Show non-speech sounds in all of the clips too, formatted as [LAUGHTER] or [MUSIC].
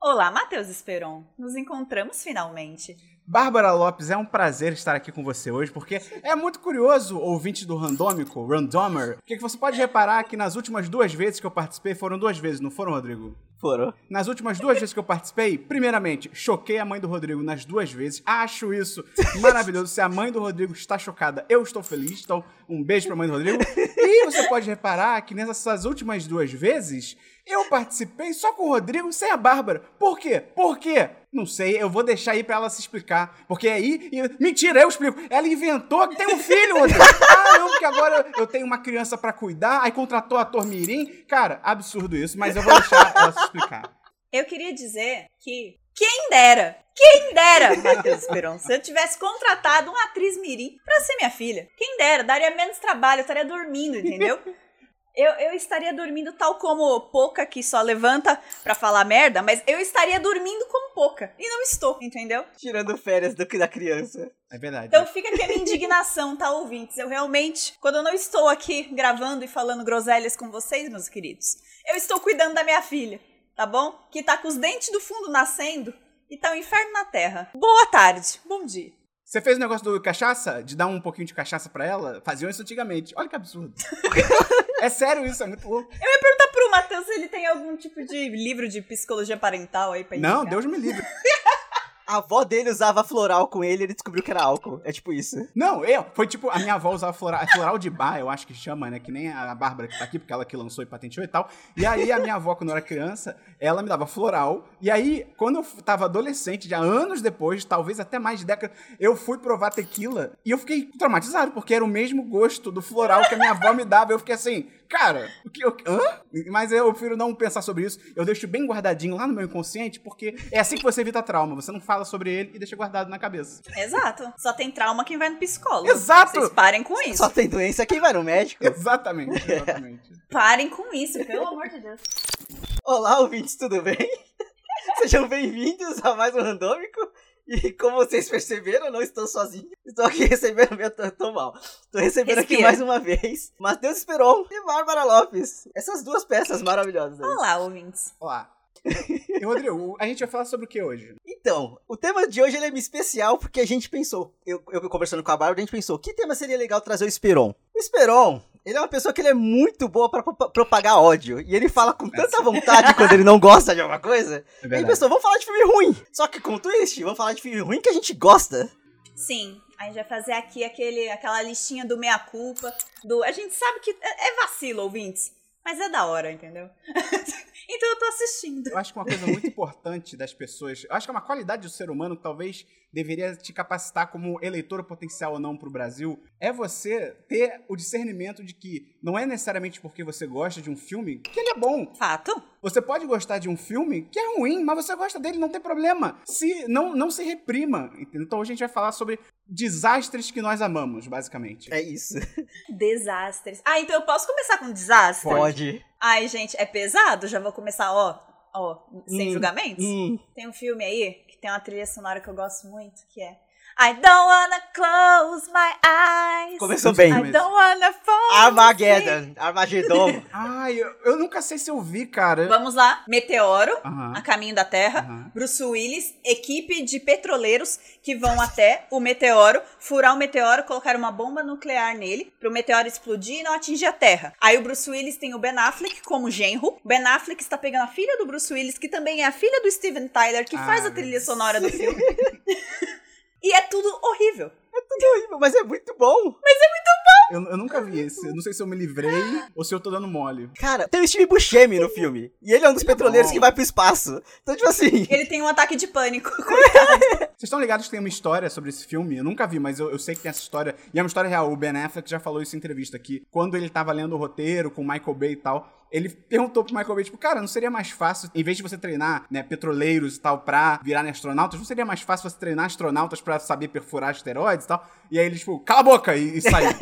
Olá, Matheus Esperon. Nos encontramos finalmente. Bárbara Lopes, é um prazer estar aqui com você hoje, porque é muito curioso, ouvinte do Randômico, Randomer, porque que você pode reparar que nas últimas duas vezes que eu participei, foram duas vezes, não foram, Rodrigo? Foram. Nas últimas duas vezes que eu participei, primeiramente, choquei a mãe do Rodrigo nas duas vezes. Acho isso maravilhoso. Se a mãe do Rodrigo está chocada, eu estou feliz. Então, um beijo pra mãe do Rodrigo. E você pode reparar que nessas últimas duas vezes, eu participei só com o Rodrigo sem a Bárbara. Por quê? Por quê? Não sei, eu vou deixar aí pra ela se explicar. Porque é aí. e- Mentira, eu explico. Ela inventou que tem um filho, Rodrigo. Ah, não, porque agora eu tenho uma criança pra cuidar, aí contratou ator Mirim. Cara, absurdo isso, mas eu vou deixar ela se explicar. Eu queria dizer que quem dera, quem dera, Matheus Esperon, se eu tivesse contratado uma atriz mirim pra ser minha filha. Quem dera, daria menos trabalho, eu estaria dormindo, entendeu? Eu, eu estaria dormindo tal como Poca, que só levanta pra falar merda, mas eu estaria dormindo como Poca. E não estou, entendeu? Tirando férias do, da criança. É verdade. Então fica aqui a minha indignação, tá, ouvintes? Eu realmente, quando eu não estou aqui gravando e falando groselhas com vocês, meus queridos, eu estou cuidando da minha filha, tá bom? Que tá com os dentes do fundo nascendo e tá um inferno na terra. Boa tarde, bom dia. Você fez o negócio do cachaça? De dar um pouquinho de cachaça pra ela? Faziam isso antigamente. Olha que absurdo. é sério isso, é muito louco. Eu ia perguntar pro Matheus se ele tem algum tipo de livro de psicologia parental aí pra Não, indicar. Deus me livre. A avó dele usava floral com ele e ele descobriu que era álcool. É tipo isso. Não, eu. Foi tipo, a minha avó usava floral, floral de bar, eu acho que chama, né? Que nem a Bárbara que tá aqui, porque ela que lançou e patenteou e tal. E aí a minha avó, quando eu era criança, ela me dava floral. E aí, quando eu f- tava adolescente, já anos depois, talvez até mais de década, eu fui provar tequila e eu fiquei traumatizado, porque era o mesmo gosto do floral que a minha avó me dava. Eu fiquei assim, cara, o que eu. Hã? Mas eu prefiro não pensar sobre isso. Eu deixo bem guardadinho lá no meu inconsciente, porque é assim que você evita trauma. Você não fala sobre ele e deixa guardado na cabeça. Exato. Só tem trauma quem vai no psicólogo. Exato! Vocês parem com isso. Só tem doença quem vai no médico. Exatamente, exatamente. Parem com isso, pelo amor de Deus. Olá, ouvintes, tudo bem? [LAUGHS] Sejam bem-vindos a mais um Randômico. E como vocês perceberam, eu não estou sozinho. Estou aqui [LAUGHS] recebendo meu tô, tô mal. Estou recebendo aqui Respira. mais uma vez Matheus Esperon e Bárbara Lopes. Essas duas peças maravilhosas. aí. Olá, ouvintes. Olá. E, Rodrigo, a gente vai falar sobre o que hoje? Então, o tema de hoje ele é especial porque a gente pensou, eu, eu conversando com a Bárbara, a gente pensou, que tema seria legal trazer o Esperon? O Esperon, ele é uma pessoa que ele é muito boa pra pro- propagar ódio, e ele fala com tanta vontade quando ele não gosta de alguma coisa. É E aí pensou, vamos falar de filme ruim. Só que com twist, vamos falar de filme ruim que a gente gosta. Sim, a gente vai fazer aqui aquele, aquela listinha do meia-culpa. Do... A gente sabe que é, é vacilo, ouvintes, mas é da hora, entendeu? [LAUGHS] então eu tô assistindo. Eu acho que uma coisa muito importante das pessoas, eu acho que é uma qualidade do ser humano que talvez deveria te capacitar como eleitor potencial ou não pro Brasil, é você ter o discernimento de que não é necessariamente porque você gosta de um filme que ele é bom. Fato. Você pode gostar de um filme que é ruim, mas você gosta dele, não tem problema. Se não, não se reprima. entendeu? Então hoje a gente vai falar sobre desastres que nós amamos, basicamente. É isso. Desastres. Ah, então eu posso começar com desastre? Pode. Ai, gente, é pesado? Já vou começar, ó, ó, sem Hum, julgamentos? Hum. Tem um filme aí que tem uma trilha sonora que eu gosto muito, que é I don't wanna close my eyes. Começou bem. I don't wanna fall. Armageddon, Armagedon. Ai, eu, eu nunca sei se eu vi, cara. Vamos lá, Meteoro, Aham. a caminho da Terra. Aham. Bruce Willis, equipe de petroleiros que vão até o meteoro, furar o meteoro, colocar uma bomba nuclear nele, pro meteoro explodir e não atingir a Terra. Aí o Bruce Willis tem o Ben Affleck como genro. O Ben Affleck está pegando a filha do Bruce Willis, que também é a filha do Steven Tyler, que Ah, faz a meu trilha sonora [LAUGHS] do filme. e é tudo horrível. Mas é [LAUGHS] muito bom. Eu, eu nunca vi esse. Eu não sei se eu me livrei ou se eu tô dando mole. Cara, tem o Steve Buscemi no filme. E ele é um dos petroleiros bom. que vai pro espaço. Então, tipo assim. Ele tem um ataque de pânico. [LAUGHS] Vocês estão ligados que tem uma história sobre esse filme? Eu nunca vi, mas eu, eu sei que tem essa história. E é uma história real. O Ben Affleck já falou isso em entrevista aqui. Quando ele tava lendo o roteiro com o Michael Bay e tal, ele perguntou pro Michael Bay, tipo, cara, não seria mais fácil, em vez de você treinar, né, petroleiros e tal pra virarem astronautas, não seria mais fácil você treinar astronautas pra saber [LAUGHS] perfurar asteroides e tal? E aí ele, tipo, cala a boca e, e saiu. tá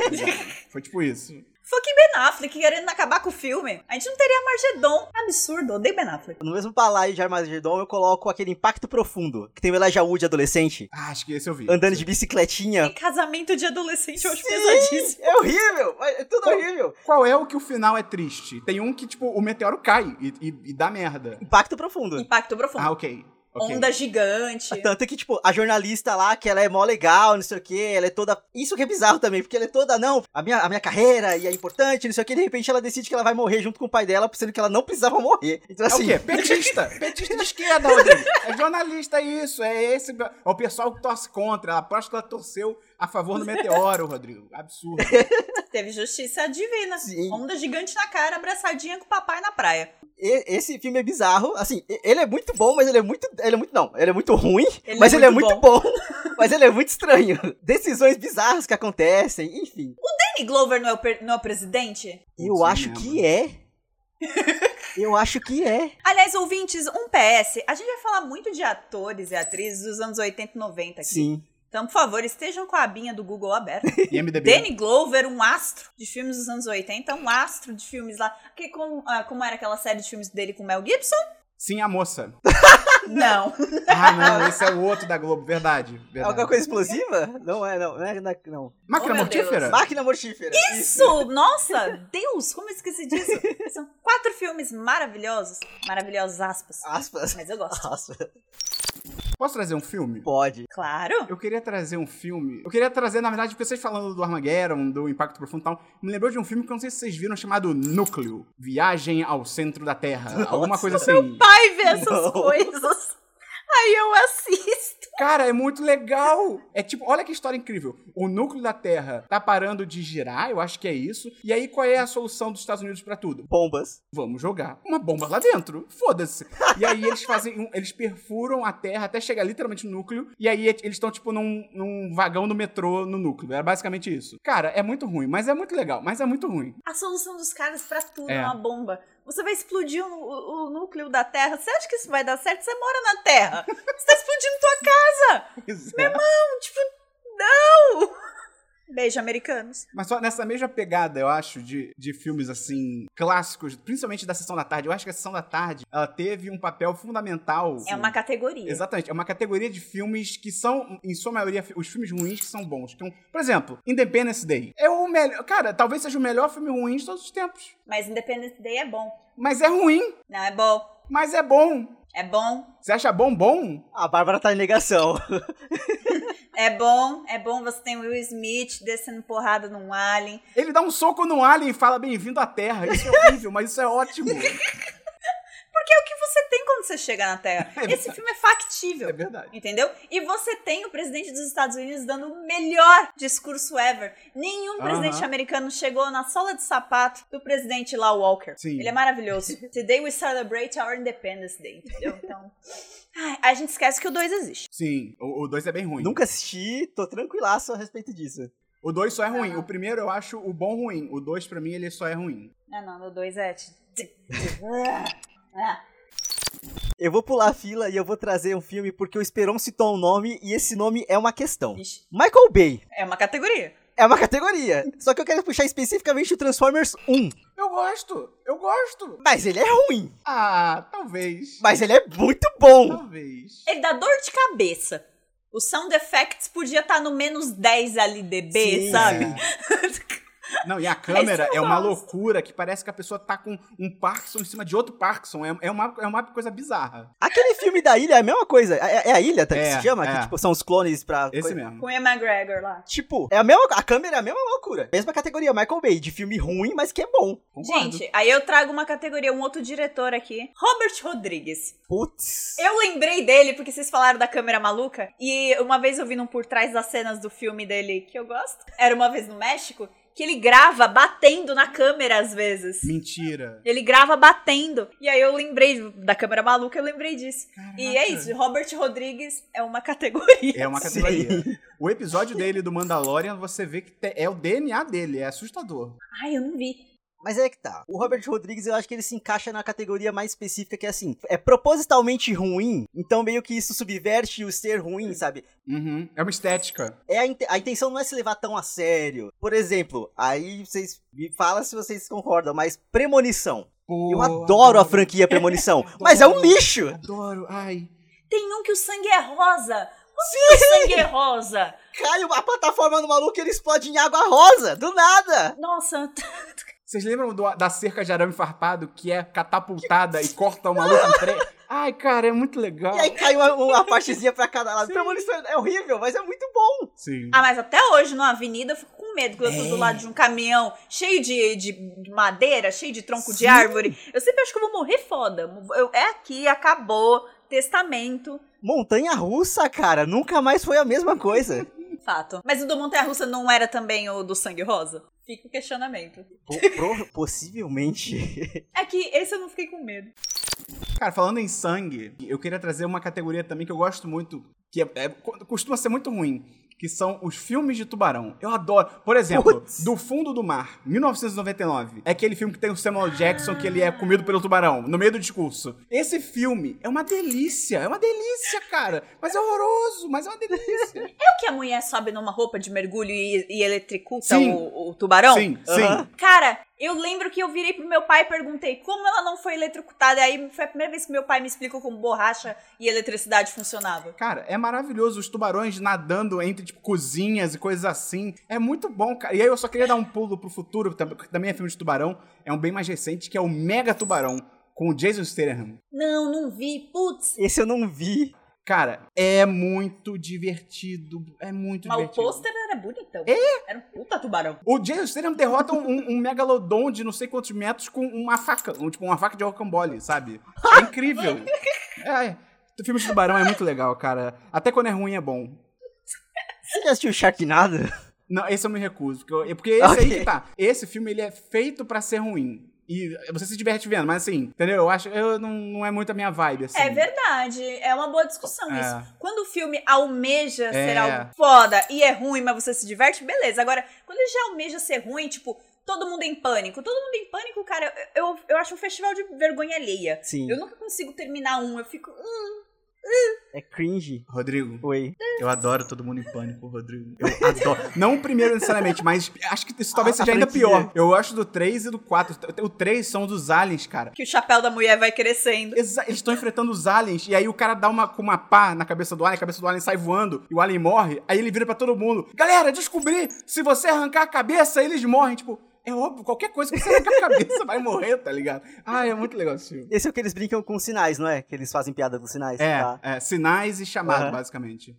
Foi tipo isso. Fucking Ben Affleck querendo acabar com o filme. A gente não teria Margedon. Absurdo, odeio Ben Affleck. No mesmo balaio de Armagedon, eu coloco aquele impacto profundo, que tem o Elijah Wood adolescente, Ah, acho que esse eu vi. andando de bicicletinha. E casamento de adolescente eu acho É. Sim! pesadíssimo. É horrível! É tudo horrível! Qual é o que o final é triste? Tem um que, tipo, o meteoro cai e, e- e dá merda. Impacto profundo. Impacto profundo. Ah, ok. ok. Então, Onda gigante. Tanto que, tipo, a jornalista lá, que ela é mó legal, não sei o que, ela é toda. Isso que é bizarro também, porque ela é toda, não, a minha, a minha carreira e é importante, não sei o que, de repente ela decide que ela vai morrer junto com o pai dela, sendo que ela não precisava morrer. Então, É o assim. [LAUGHS] quê? Petista. Petista de esquerda, Rodrigo. É jornalista isso. É esse. É o pessoal que torce contra. Ela aposta que ela torceu a favor do meteoro, Rodrigo. Absurdo. Teve justiça divina. Sim. Onda gigante na cara, abraçadinha com o papai na praia. E- Esse filme é bizarro. Assim, e- ele é muito bom, mas ele é muito. Ele é muito. Não, ele é muito ruim, Ele mas é ele é muito muito bom. [LAUGHS] Mas ele é muito estranho. Decisões bizarras que acontecem, enfim. Danny Glover não é o, per- não é o presidente? Eu Putz, não acho lembro. que é. Eu acho que é. Aliás, ouvintes, um PS. A gente vai falar muito de atores e atrizes dos anos 80 e 90 aqui. Sim. Então, por favor, estejam com a abinha do Google aberta. E MDB. Danny Glover, um astro de filmes dos anos 80, um astro de filmes lá. Que, como, ah, como era aquela série de filmes dele com Mel Gibson? Sim, a moça. Não. Ah, não. Esse é o outro da Globo. Verdade. É verdade. alguma coisa explosiva? Não é, não. Não é, na- não. Máquina Oh, meu mortífera? Máquina mortífera. Isso! Nossa, Deus, como eu esqueci disso? São quatro filmes maravilhosos. Maravilhosos, aspas. Aspas. Mas eu gosto. Aspas. Posso trazer um filme? Pode. Claro. Eu queria trazer um filme. Eu queria trazer, na verdade, porque vocês falando do Armageddon, do Impacto Profundo e tal, me lembrou de um filme que eu não sei se vocês viram chamado Núcleo Viagem ao Centro da Terra. Alguma coisa assim. Pai vê essas Não. coisas. Aí eu assisto. Cara, é muito legal! É tipo, olha que história incrível. O núcleo da Terra tá parando de girar, eu acho que é isso. E aí, qual é a solução dos Estados Unidos pra tudo? Bombas. Vamos jogar uma bomba lá dentro. Foda-se. E aí eles fazem. um- eles perfuram a Terra até chegar literalmente no núcleo. E aí et- eles estão, tipo, num, num vagão do metrô no núcleo. Era basicamente isso. Cara, é muito ruim, mas é muito legal, mas é [LAUGHS] muito ruim. A solução dos caras pra tudo é, É. uma bomba. Você vai explodir o, o- o núcleo da Terra. Você acha que isso vai dar certo? Você mora na Terra. Você tá explodindo tua casa. Né? Não, tipo, não. Beijo, americanos. Mas só nessa mesma pegada, eu acho, de, de filmes assim, clássicos, principalmente da Sessão da Tarde. Eu acho que a Sessão da Tarde, ela teve um papel fundamental. É uma categoria. Exatamente, é uma categoria de filmes que são, em sua maioria, fi- os filmes ruins que são bons. Então, por exemplo, Independence Day. É o melhor. Cara, talvez seja o melhor filme ruim de todos os tempos. Mas Independence Day é bom. Mas é ruim, Não, é bom. mas é bom. É bom. Você acha bom, bom? A Bárbara tá em negação. É bom. É bom você tem Will Smith descendo porrada num alien. Ele dá um soco no alien e fala bem-vindo à Terra. Isso é horrível, mas isso é ótimo. Porque é o que você tem quando você chega na [LAUGHS] Terra. Esse filme é factível. [LAUGHS] É verdade. Entendeu? E você tem o presidente dos Estados Unidos dando o melhor discurso ever. Nenhum Aham. presidente americano chegou na sola de sapato do presidente lá, Walker. Sim. Ele é [LAUGHS] maravilhoso. Today we celebrate our Independence Day, entendeu? Então. ai, a gente esquece que o dois existe. Sim, o o dois é bem ruim. Nunca assisti, tô tranquilaço a respeito disso. O dois só é ruim. O primeiro eu acho o bom ruim. O dois pra mim, ele só é ruim. Ah, não, o dois é. Ah, Eu vou pular a fila e eu vou trazer um filme porque o Esperon citou um nome e esse nome é uma questão. ixi. Michael Bay É uma categoria. é uma categoria. Só que eu quero puxar especificamente o Transformers 1. Eu gosto, eu gosto. Mas ele é ruim. Ah, talvez. Mas ele é muito bom. Talvez. Ele dá dor de cabeça. O sound effects podia estar no menos 10 LDB, Sim. sabe? É. Não, e a câmera Esse eu é uma gosto. loucura que parece que a pessoa tá com um Parkinson em cima de outro Parkinson. É, é uma, é uma coisa bizarra. Aquele filme da ilha é a mesma coisa. É, é a ilha tá, que É, se chama? é. Que tipo, são os clones pra. Esse coisa- mesmo. Com o Ian McGregor lá. Tipo, é a mesma. A câmera é a mesma loucura. Mesma categoria, Michael Bay, de filme ruim, mas que é bom. Concordo. Gente, aí eu trago uma categoria, um outro diretor aqui, Robert Rodrigues. Putz. Eu lembrei dele porque vocês falaram da câmera maluca e uma vez eu vi num por trás das cenas do filme dele que eu gosto. Era uma vez no México que ele grava batendo na câmera às vezes. Mentira. Ele grava batendo. E aí eu lembrei da câmera maluca, eu lembrei disso. E é Caraca. isso, Robert Rodrigues é uma categoria. É uma categoria. O episódio dele do Mandalorian, você vê que te- é o DNA dele, é assustador. Ai, eu não vi. Mas é que tá. O Robert Rodrigues, eu acho que ele se encaixa na categoria mais específica, que é assim, é propositalmente ruim, então meio que isso subverte o ser ruim, sabe? Uhum. É uma estética. É a, inte- a intenção não é se levar tão a sério. Por exemplo, aí vocês me falam se vocês concordam, mas Premonição. Pô, Eu adoro a franquia Premonição, mas é um lixo! Adoro, ai. Tem um que o sangue é rosa. Onde que o sangue é rosa? Cai a plataforma no maluco e ele explode em água rosa, do nada! Nossa, Vocês lembram do- da cerca de arame farpado que é catapultada e corta o maluco em três? Ai, cara, é muito legal. E aí cai uma, uma partezinha pra cada lado. Premonição é horrível, mas é muito bom. Sim. Ah, mas até hoje na avenida eu fico com medo que eu tô É. do lado de um caminhão cheio de, de madeira, cheio de tronco de Sim. árvore. Eu sempre acho que eu vou morrer foda. Eu- é aqui, acabou, testamento, Montanha russa, cara, nunca mais foi a mesma coisa. fato. Mas o do Montanha Russa não era também o do Sangue Rosa? Fica o questionamento. Po- pro- [LAUGHS] possivelmente. É que esse eu não fiquei com medo. Cara, falando em sangue, eu queria trazer uma categoria também que eu gosto muito, que é- é- costuma ser muito ruim, que são os filmes de tubarão. Eu adoro. Por exemplo, Putz. Do Fundo do Mar, 1999. É aquele filme que tem o Samuel Jackson que ele é comido pelo tubarão, no meio do discurso. Esse filme é uma delícia, é uma delícia, cara. Mas é horroroso, mas é uma delícia. É o que a mulher sobe numa roupa de mergulho e, e eletricuta Sim. o, o tubarão? sim, sim. Aham. Cara, eu lembro que eu virei pro meu pai e perguntei como ela não foi eletrocutada. E aí foi a primeira vez que meu pai me explicou como borracha e eletricidade funcionava. Cara, é maravilhoso os tubarões nadando entre tipo, cozinhas e coisas assim. É muito bom, cara. E aí eu só queria dar um pulo pro futuro, tam- que também é filme de tubarão, é um bem mais recente, que é o Mega Tubarão, com o Jason Statham. Não, não vi. Putz. Esse eu não vi. Cara, é muito divertido. É muito Mas o divertido. pôster era bonitão. É? Era um puta tubarão. O Jason Statham derrota um, um- um megalodon de não sei quantos metros com uma faca. um- tipo, uma faca de rocambole, sabe? É [LAUGHS] incrível. É, é. O filme de tubarão é muito legal, cara. Até quando é ruim é bom. Você já [LAUGHS] assistiu Sharknado? Não, esse eu me recuso. Porque, eu- porque esse aí Ok. que tá. Esse filme, ele é feito pra ser ruim. E você se diverte vendo, mas assim, entendeu? Eu acho. Eu, não, não é muito a minha vibe, assim. É verdade. É uma boa discussão É. isso. Quando o filme almeja ser É. algo foda e é ruim, mas você se diverte, beleza. Agora, quando ele já almeja ser ruim, tipo, todo mundo em pânico. Todo mundo em pânico, cara, eu, eu- eu acho um festival de vergonha alheia. Sim. Eu nunca consigo terminar um. Eu fico. "Hum, É cringe. Rodrigo, Oi. eu adoro todo mundo em pânico, Rodrigo. Eu adoro. Não o primeiro necessariamente, mas acho que isso talvez A- a seja ainda franquia. pior. Eu acho do 3 e do 4. O 3 são dos aliens, cara. que o chapéu da mulher vai crescendo. Exa- eles estão enfrentando os aliens, e aí o cara dá uma, com uma pá na cabeça do alien, a cabeça do alien sai voando, e o alien morre, aí ele vira pra todo mundo, galera, descobri, se você arrancar a cabeça, eles morrem, tipo, é óbvio, qualquer coisa que você arrancar a [LAUGHS] cabeça vai morrer, tá ligado? Ah, é muito legal esse filme. Esse é o que eles brincam com sinais, não é? Que eles fazem piada dos sinais. É, tá? é, sinais e chamado, Aham. basicamente.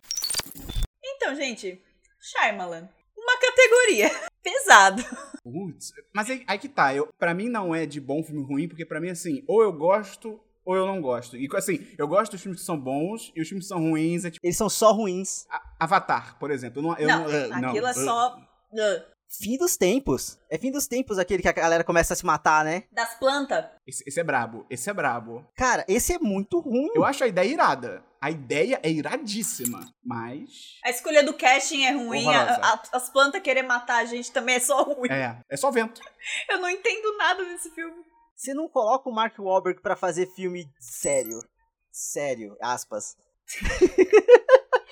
Então, gente, Shyamalan. Uma categoria. [LAUGHS] Pesado. Putz, mas aí, aí que tá, eu, pra mim não é de bom filme ruim, porque pra mim, assim, ou eu gosto, ou eu não gosto. E assim, eu gosto dos filmes que são bons, e os filmes que são ruins, é tipo, Eles são só ruins. A- Avatar, por exemplo. Eu não, eu não, ah, não, aquilo é ah. só. ah, Fim dos tempos. É fim dos tempos aquele que a galera começa a se matar, né? das plantas. Esse, esse é brabo, esse é brabo. Cara, esse é muito ruim. Eu acho a ideia irada. A ideia é iradíssima, mas. A escolha do casting é ruim. a- Horrorosa. a- as plantas querer matar a gente também é só ruim. É, é só vento. Eu não entendo nada desse filme. Você não coloca o Mark Wahlberg pra fazer filme sério. Sério, aspas.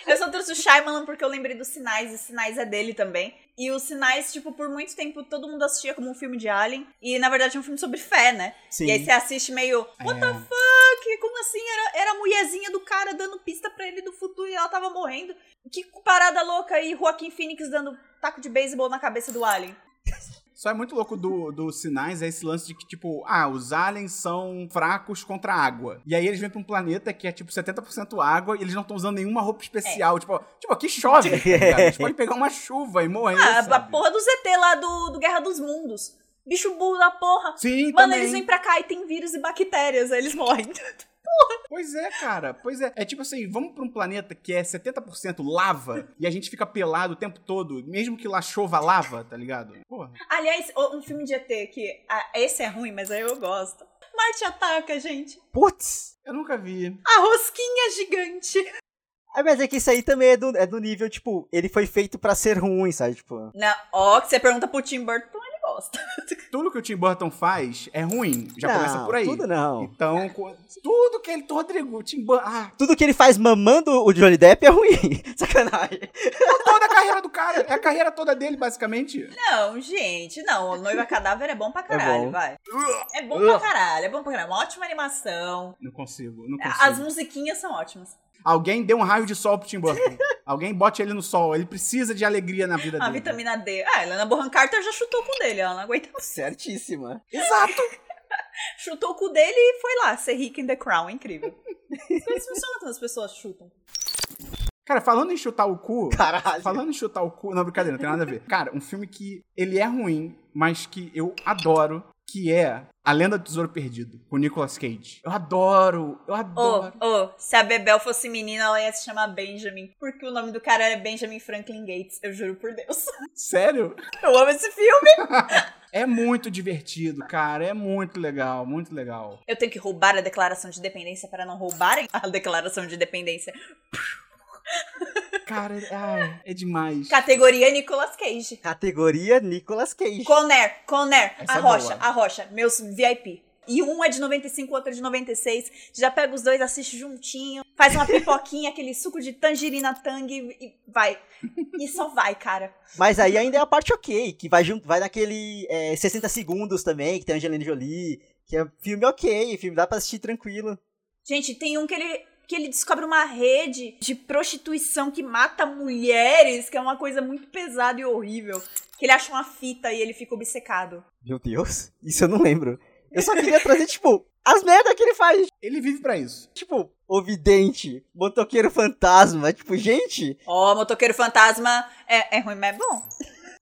Eu só trouxe o Shyamalan porque eu lembrei dos Sinais, e Sinais é dele também. E os Sinais, tipo, por muito tempo todo mundo assistia como um filme de Alien. E na verdade é um filme sobre fé, né? Sim. E aí você assiste meio, what the É. fuck? Como assim? Era, era a mulherzinha do cara dando pista pra ele do futuro e ela tava morrendo. Que parada louca e Joaquim Phoenix dando taco de beisebol na cabeça do Alien. Só é muito louco do, do sinais é esse lance de que, tipo, ah, os aliens são fracos contra a água. E aí eles vêm pra um planeta que é, tipo, 70% água e eles não estão usando nenhuma roupa É. especial. Tipo, ó, tipo, aqui [LAUGHS] chove. tá ligado? Eles podem pegar uma chuva e morrer. Ah, a sabe? porra do ZT lá do, do Guerra dos Mundos. Bicho burro da porra. Sim, Mano, também. eles vêm pra cá e tem vírus e bactérias, aí eles morrem. [LAUGHS] Pois é, cara. Pois é. É tipo assim, vamos pra um planeta que é 70% lava e a gente fica pelado o tempo todo, mesmo que lá chova lava, tá ligado? Porra. Aliás, o- um filme de ET que. ah, esse é ruim, mas aí eu gosto. Marte ataca, gente. Putz! Eu nunca vi. A rosquinha gigante. Ah, mas é que isso aí também é do, é do nível, tipo, ele foi feito pra ser ruim, sabe? Tipo. Na, ó, que você pergunta pro Tim Burton, então ele gosta. bosta. Tudo que o Tim Burton faz é ruim. Já Não, começa por aí. Tudo não. Então, co- tudo que ele. Rodrigo, Tim Burton. Ah, Tudo que ele faz mamando o Johnny Depp é ruim. [LAUGHS] Sacanagem. toda a carreira do cara. É a carreira toda dele, basicamente. Não, gente, não. O Noiva Cadáver é bom pra caralho, bom. vai. É bom pra caralho, é bom pra caralho. Uma ótima animação. Não consigo, É, não consigo. As musiquinhas são ótimas. Alguém dê um raio de sol pro Tim Burton. Alguém bote ele no sol. Ele precisa de alegria na vida A dele. vitamina D. Ah, a Helena Bonham Carter já chutou o cu dele, ela não aguenta. Certíssima. Exato. Chutou o cu dele e foi lá ser rica em The Crown, incrível. Isso é funciona quando as pessoas chutam. Cara, falando em chutar o cu. Caralho. Falando em chutar o cu. Não, brincadeira, não tem nada a ver. Cara, um filme que ele é ruim, mas que eu adoro, que é A Lenda do Tesouro Perdido, com Nicolas Cage. Eu adoro, eu Ô, adoro. ô, se a Bebel fosse menina, ela ia se chamar Benjamin. Porque o nome do cara era Benjamin Franklin Gates, eu juro por Deus. [LAUGHS] Sério? Eu amo esse filme. É muito divertido, cara. É muito legal, muito legal. Eu tenho que roubar a declaração de dependência para não roubarem a declaração de dependência. Cara, é, ai, é demais. Categoria Nicolas Cage. Categoria Nicolas Cage. Conner, Conner, Essa a é rocha, boa. a rocha, meus VIP. E um é de 95, outro é de 96. Já pega os dois, assiste juntinho, faz uma pipoquinha, [LAUGHS] aquele suco de tangerina tang e e vai. E só vai, cara. Mas aí ainda é a parte ok, que vai junto, vai naquele é, 60 segundos também, que tem a Angelina Jolie, que é filme ok, filme dá pra assistir tranquilo. Gente, tem um que ele que ele descobre uma rede de prostituição que mata mulheres, que é uma coisa muito pesada e horrível. Que ele acha uma fita e ele fica obcecado. Meu Deus, isso eu não lembro. Eu só queria [LAUGHS] trazer, tipo, as merdas que ele faz, Ele vive pra isso. tipo, Ovidente, Motoqueiro Fantasma, tipo, gente, Ó, motoqueiro fantasma é, é ruim, mas é bom.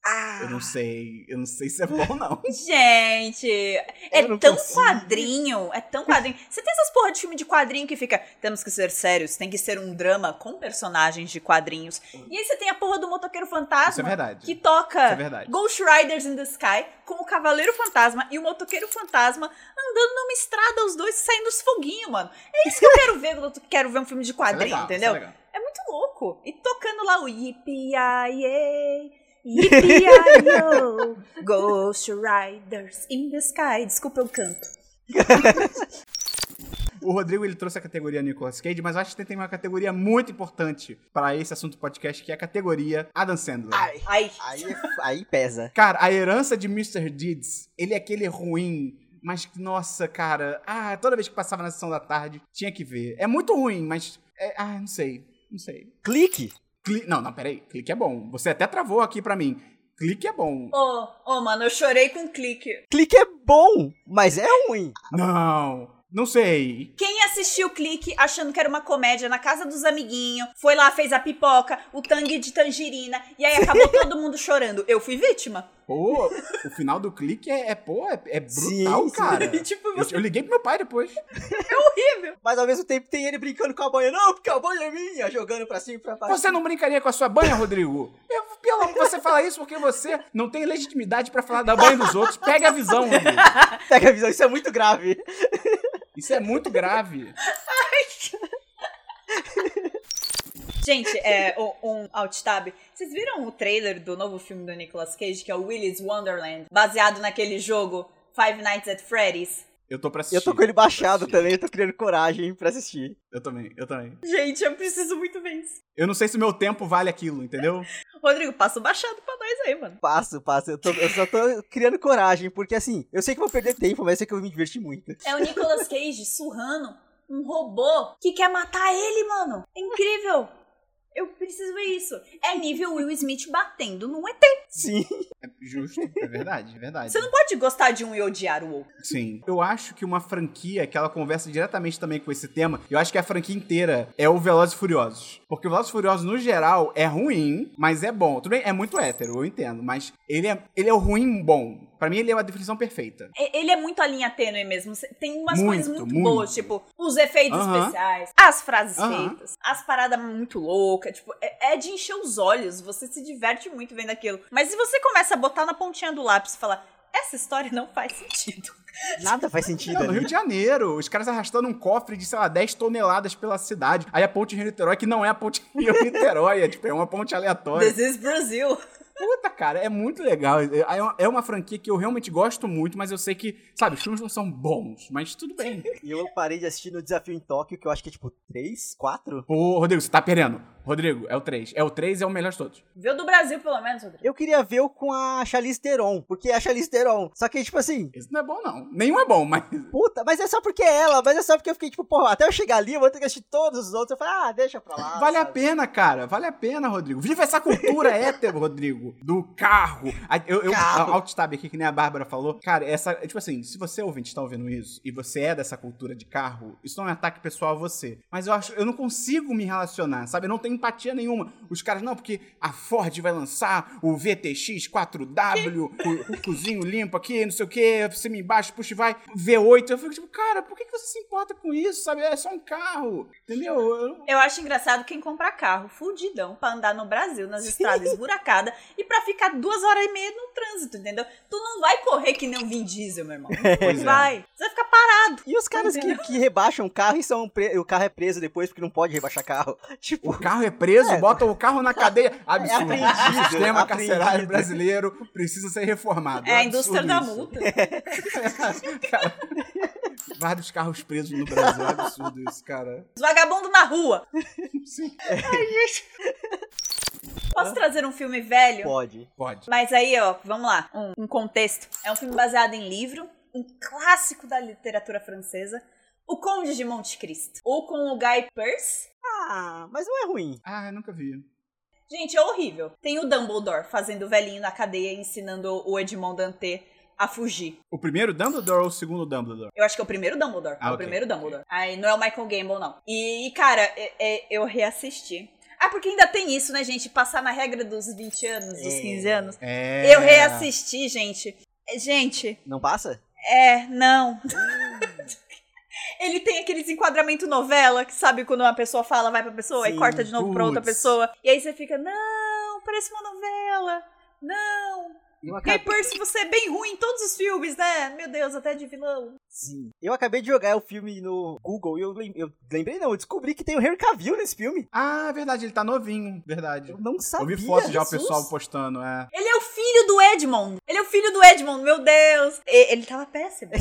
Eu ah. não sei, eu não sei se é bom, não. Gente, é Eu não tão consigo. quadrinho, é tão quadrinho. Você tem essas porra de filme de quadrinho que fica, temos que ser sérios, tem que ser um drama com personagens de quadrinhos. E aí você tem a porra do motoqueiro Isso é fantasma verdade. que Isso é toca verdade. Ghost Riders in the Sky com o Cavaleiro Fantasma e o Motoqueiro Fantasma andando numa estrada, os dois saindo os foguinhos, mano. É isso que eu quero ver quando eu quero ver um filme de Isso é quadrinho, legal, entendeu? isso é legal. É muito louco. E tocando lá o Yippee-Yay, Yippee-Yo, Ghost Riders in the Sky. Desculpa, eu canto. O Rodrigo ele trouxe a categoria Nicolas Cage, mas eu acho que tem uma categoria muito importante pra esse assunto podcast, que é a categoria Adam Sandler. ai, Ai, aí, aí pesa. Cara, a herança de Mr. Deeds, ele é aquele ruim, mas que, nossa, cara, ah, toda vez que passava na sessão da tarde, tinha que ver. É muito ruim, mas, é, ah, não sei, não sei. Clique, Cli- não, não, peraí, clique é bom. Você até travou aqui pra mim. Clique é bom. ô, ô, mano, eu chorei com um clique. clique é bom, mas é ruim. Não, não sei. Quem assistiu clique achando que era uma comédia na casa dos amiguinhos, foi lá, fez a pipoca, o tangue de tangerina, e aí acabou todo mundo chorando. Eu fui vítima. Pô, o final do clique é, é pô, é, é Sim, brutal, sim. cara. tipo, Eu, eu liguei pro meu pai depois. horrível. Mas ao mesmo tempo tem ele brincando com a banha, não, porque a banha é minha, jogando pra cima e pra baixo. Você não brincaria com a sua banha, Rodrigo? Eu, pelo amor, você fala isso porque você não tem legitimidade pra falar da banha dos outros. Pega a visão, Rodrigo. Pega a visão, isso é muito grave. Isso é muito grave. Gente, é, o- um alt tab. Vocês viram o trailer do novo filme do Nicolas Cage, que é o Willy's Wonderland, baseado naquele jogo Five Nights at Freddy's? Eu tô pra assistir. Eu tô com ele baixado Assistir. também, eu tô criando coragem pra assistir. Eu também, eu também. Gente, eu preciso muito ver isso. Eu não sei se o meu tempo vale aquilo, entendeu? Rodrigo, passa o baixado pra nós aí, mano. Passo, passo, eu, tô- eu só tô criando coragem, porque assim, eu sei que eu vou perder tempo, mas eu sei que eu vou me divertir muito. É o Nicolas Cage surrando um robô que quer matar ele, mano. É incrível. Eu preciso ver isso. É nível Will Smith batendo num ET. Sim. É justo, é verdade, é verdade. Você não pode gostar de um e odiar o outro. Sim. Eu acho que uma franquia que ela conversa diretamente também com esse tema, eu acho que a franquia inteira é o Velozes e Furiosos. Porque o Velozes e Furiosos, no geral, é ruim, mas é bom. Tudo bem, é muito hétero, eu entendo, mas ele é, ele é o ruim bom. Pra mim, ele é uma definição perfeita. É- Ele é muito a linha tênue mesmo. Cê- Tem umas Muito, coisas muito, muito. boas, tipo, os efeitos Aham. especiais, as frases Aham. feitas, as paradas muito loucas. Tipo, é, é de encher os olhos. Você se diverte muito vendo aquilo. Mas se você começa a botar na pontinha do lápis e falar, essa história não faz sentido. [LAUGHS] Nada faz sentido. Não, no ali. Rio de Janeiro, os caras arrastando um cofre de, sei lá, 10 toneladas pela [LAUGHS] cidade. Aí a ponte Rio-Niterói, que não é a ponte Rio-Niterói, é, tipo, é uma ponte aleatória. This is Brazil. Puta, cara, é muito legal. É uma, é uma franquia que eu realmente gosto muito, mas eu sei que, sabe, os filmes não são bons, mas tudo bem. E eu parei de assistir no Desafio em Tóquio, que eu acho que é tipo 3, 4. Pô, Rodrigo, você tá perdendo. Rodrigo, é o 3. É o 3 é o melhor de todos. Viu do Brasil, pelo menos, Rodrigo. Eu queria ver o com a Charlize Theron, porque é a Charlize Theron. Só que, tipo assim, Esse não é bom, não. Nenhum é bom, mas. puta, mas é só porque é ela, mas é só porque eu fiquei, tipo, porra, até eu chegar ali, eu vou ter que assistir todos os outros. Eu falei, ah, deixa pra lá. Vale a sabe? pena, cara. Vale a pena, Rodrigo. Viva essa cultura hétero, Rodrigo. Do carro. A- Eu, eu Carro. a- alt-tab aqui, que nem a Bárbara falou. Cara, essa. Tipo assim, se você ouvinte está ouvindo isso e você é dessa cultura de carro, isso não é um ataque pessoal a você. Mas eu acho. Eu não consigo me relacionar, sabe? Eu não tenho empatia nenhuma. Os caras, não, porque a Ford vai lançar o VTX 4W, o, o cozinho limpo aqui, não sei o quê, cima e embaixo, puxa e vai. V8. Eu fico tipo, cara, por que que você se importa com isso, sabe? É só um carro. Entendeu? Eu- Eu acho engraçado quem compra carro fudidão pra andar no Brasil, nas estradas esburacadas, e pra ficar duas horas e meia no trânsito, entendeu? Tu não vai correr que nem um Vin Diesel, meu irmão. [LAUGHS] Pois é. Não vai. Você vai ficar parado. E os caras que, que rebaixam o carro e são pre- o carro é preso depois porque não pode rebaixar carro. [LAUGHS] O Tipo, carro é preso, É. bota o carro na cadeia. Absurdo. É apreendido, o sistema apreendido. carcerário brasileiro precisa ser reformado. É a indústria da [LAUGHS] multa. multa. Vários carros presos no Brasil. É absurdo isso, cara. Os vagabundos na rua. Sim. Posso trazer um filme velho? pode. Pode. Mas aí, ó, vamos lá, um, um contexto. É um filme baseado em livro, um clássico da literatura francesa, O Conde de Monte Cristo, ou com o Guy Pearce. Ah, mas não é ruim. Ah, eu nunca vi. Gente, é horrível. Tem o Dumbledore fazendo o velhinho na cadeia e ensinando o Edmond Dantê a fugir. O primeiro Dumbledore ou o segundo Dumbledore? Eu acho que é o primeiro Dumbledore. Ah, é o ok. primeiro Dumbledore. Aí não é o Michael Gamble, não. E, cara, é- é- eu reassisti. Ah, porque ainda tem isso, né, gente? Passar na regra dos 20 anos, dos É. 15 anos. É. Eu reassisti, gente. É, Gente, Não passa? É, não. [LAUGHS] Ele tem aqueles enquadramento novela, que sabe quando uma pessoa fala, vai pra pessoa, Sim, e corta de novo pra outra putz. pessoa. E aí você fica, não, parece uma novela. Não. Eu Gay acabei, Percy, você é bem ruim em todos os filmes, né? Meu Deus, até de vilão. Sim. eu acabei de jogar o filme no Google e eu, lem- eu lembrei, não, eu descobri que tem o Henry Cavill nesse filme. Ah, verdade, ele tá novinho. Verdade. Eu Eu não sabia. vi foto [LAUGHS] já o Jesus. pessoal postando, é. Ele é o filho do Edmond. Ele é o filho do Edmond, meu Deus. E- Ele tava [LAUGHS] péssimo. é,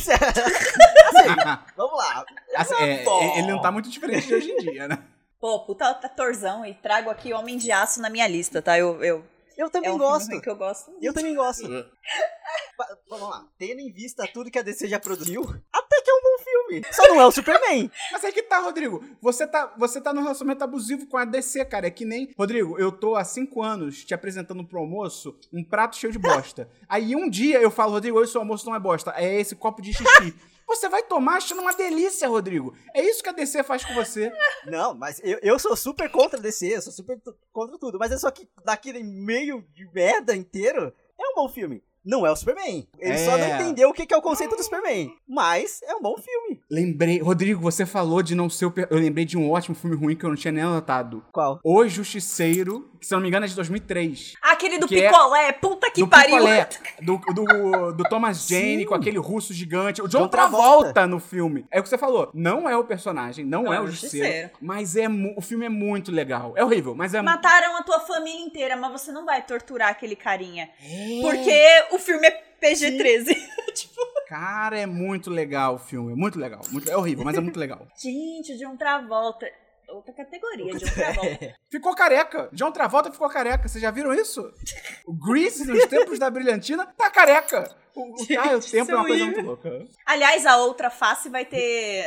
[LAUGHS] Vamos lá. Assim, é, bom. ele não tá muito diferente de hoje em dia, né? Pô, puta atorzão. E trago aqui Homem de Aço na minha lista, tá? Eu, eu, Eu é também um gosto. filme que eu gosto. Eu [LAUGHS] também gosto. Va- Vamos lá. Tendo em vista tudo que a DC já produziu, até que é um bom filme. Só não é o Superman. Mas aí que tá, Rodrigo. Você tá, você tá num relacionamento abusivo com a DC, cara. É que nem. Rodrigo, eu tô há cinco anos te apresentando pro almoço um prato cheio de [LAUGHS] bosta. aí um dia eu falo, Rodrigo, hoje seu almoço não é bosta. É esse copo de [LAUGHS] xixi. Você vai tomar achando uma delícia, Rodrigo. É isso que a DC faz com você. Não, mas eu, eu sou super contra a DC, eu sou super tu- contra tudo. Mas é só que daquele meio de merda inteiro, é um bom filme. Não é o Superman. Ele só não É. entendeu o que que é o conceito do Superman. Mas é um bom filme. Lembrei, Rodrigo, você falou de não ser o. per- Eu lembrei de um ótimo filme ruim que eu não tinha nem anotado. Qual? O Justiceiro, que se eu não me engano é de 2003. Aquele do Que é- picolé, puta que do pariu. picolé, do, do, do Thomas Jane Sim. com aquele russo gigante. O John, John Travolta. Travolta. no filme. É o que você falou. Não é o personagem, não, é o justiceiro. Mas é mu- o filme é muito legal. É horrível, mas é... Mataram a tua família inteira, mas você não vai torturar aquele carinha. É. Porque o filme é PG-13. tipo, Cara, é muito legal o filme. É muito legal. muito- é horrível, mas é muito legal. gente, de um Travolta. Outra categoria, de um Travolta. Ficou careca. John Travolta ficou careca. Vocês já viram isso? O Grease, nos tempos da brilhantina, tá careca. O, o, ah, o Gente, tempo é uma isso é coisa horrível. muito louca. Aliás, a outra face vai ter.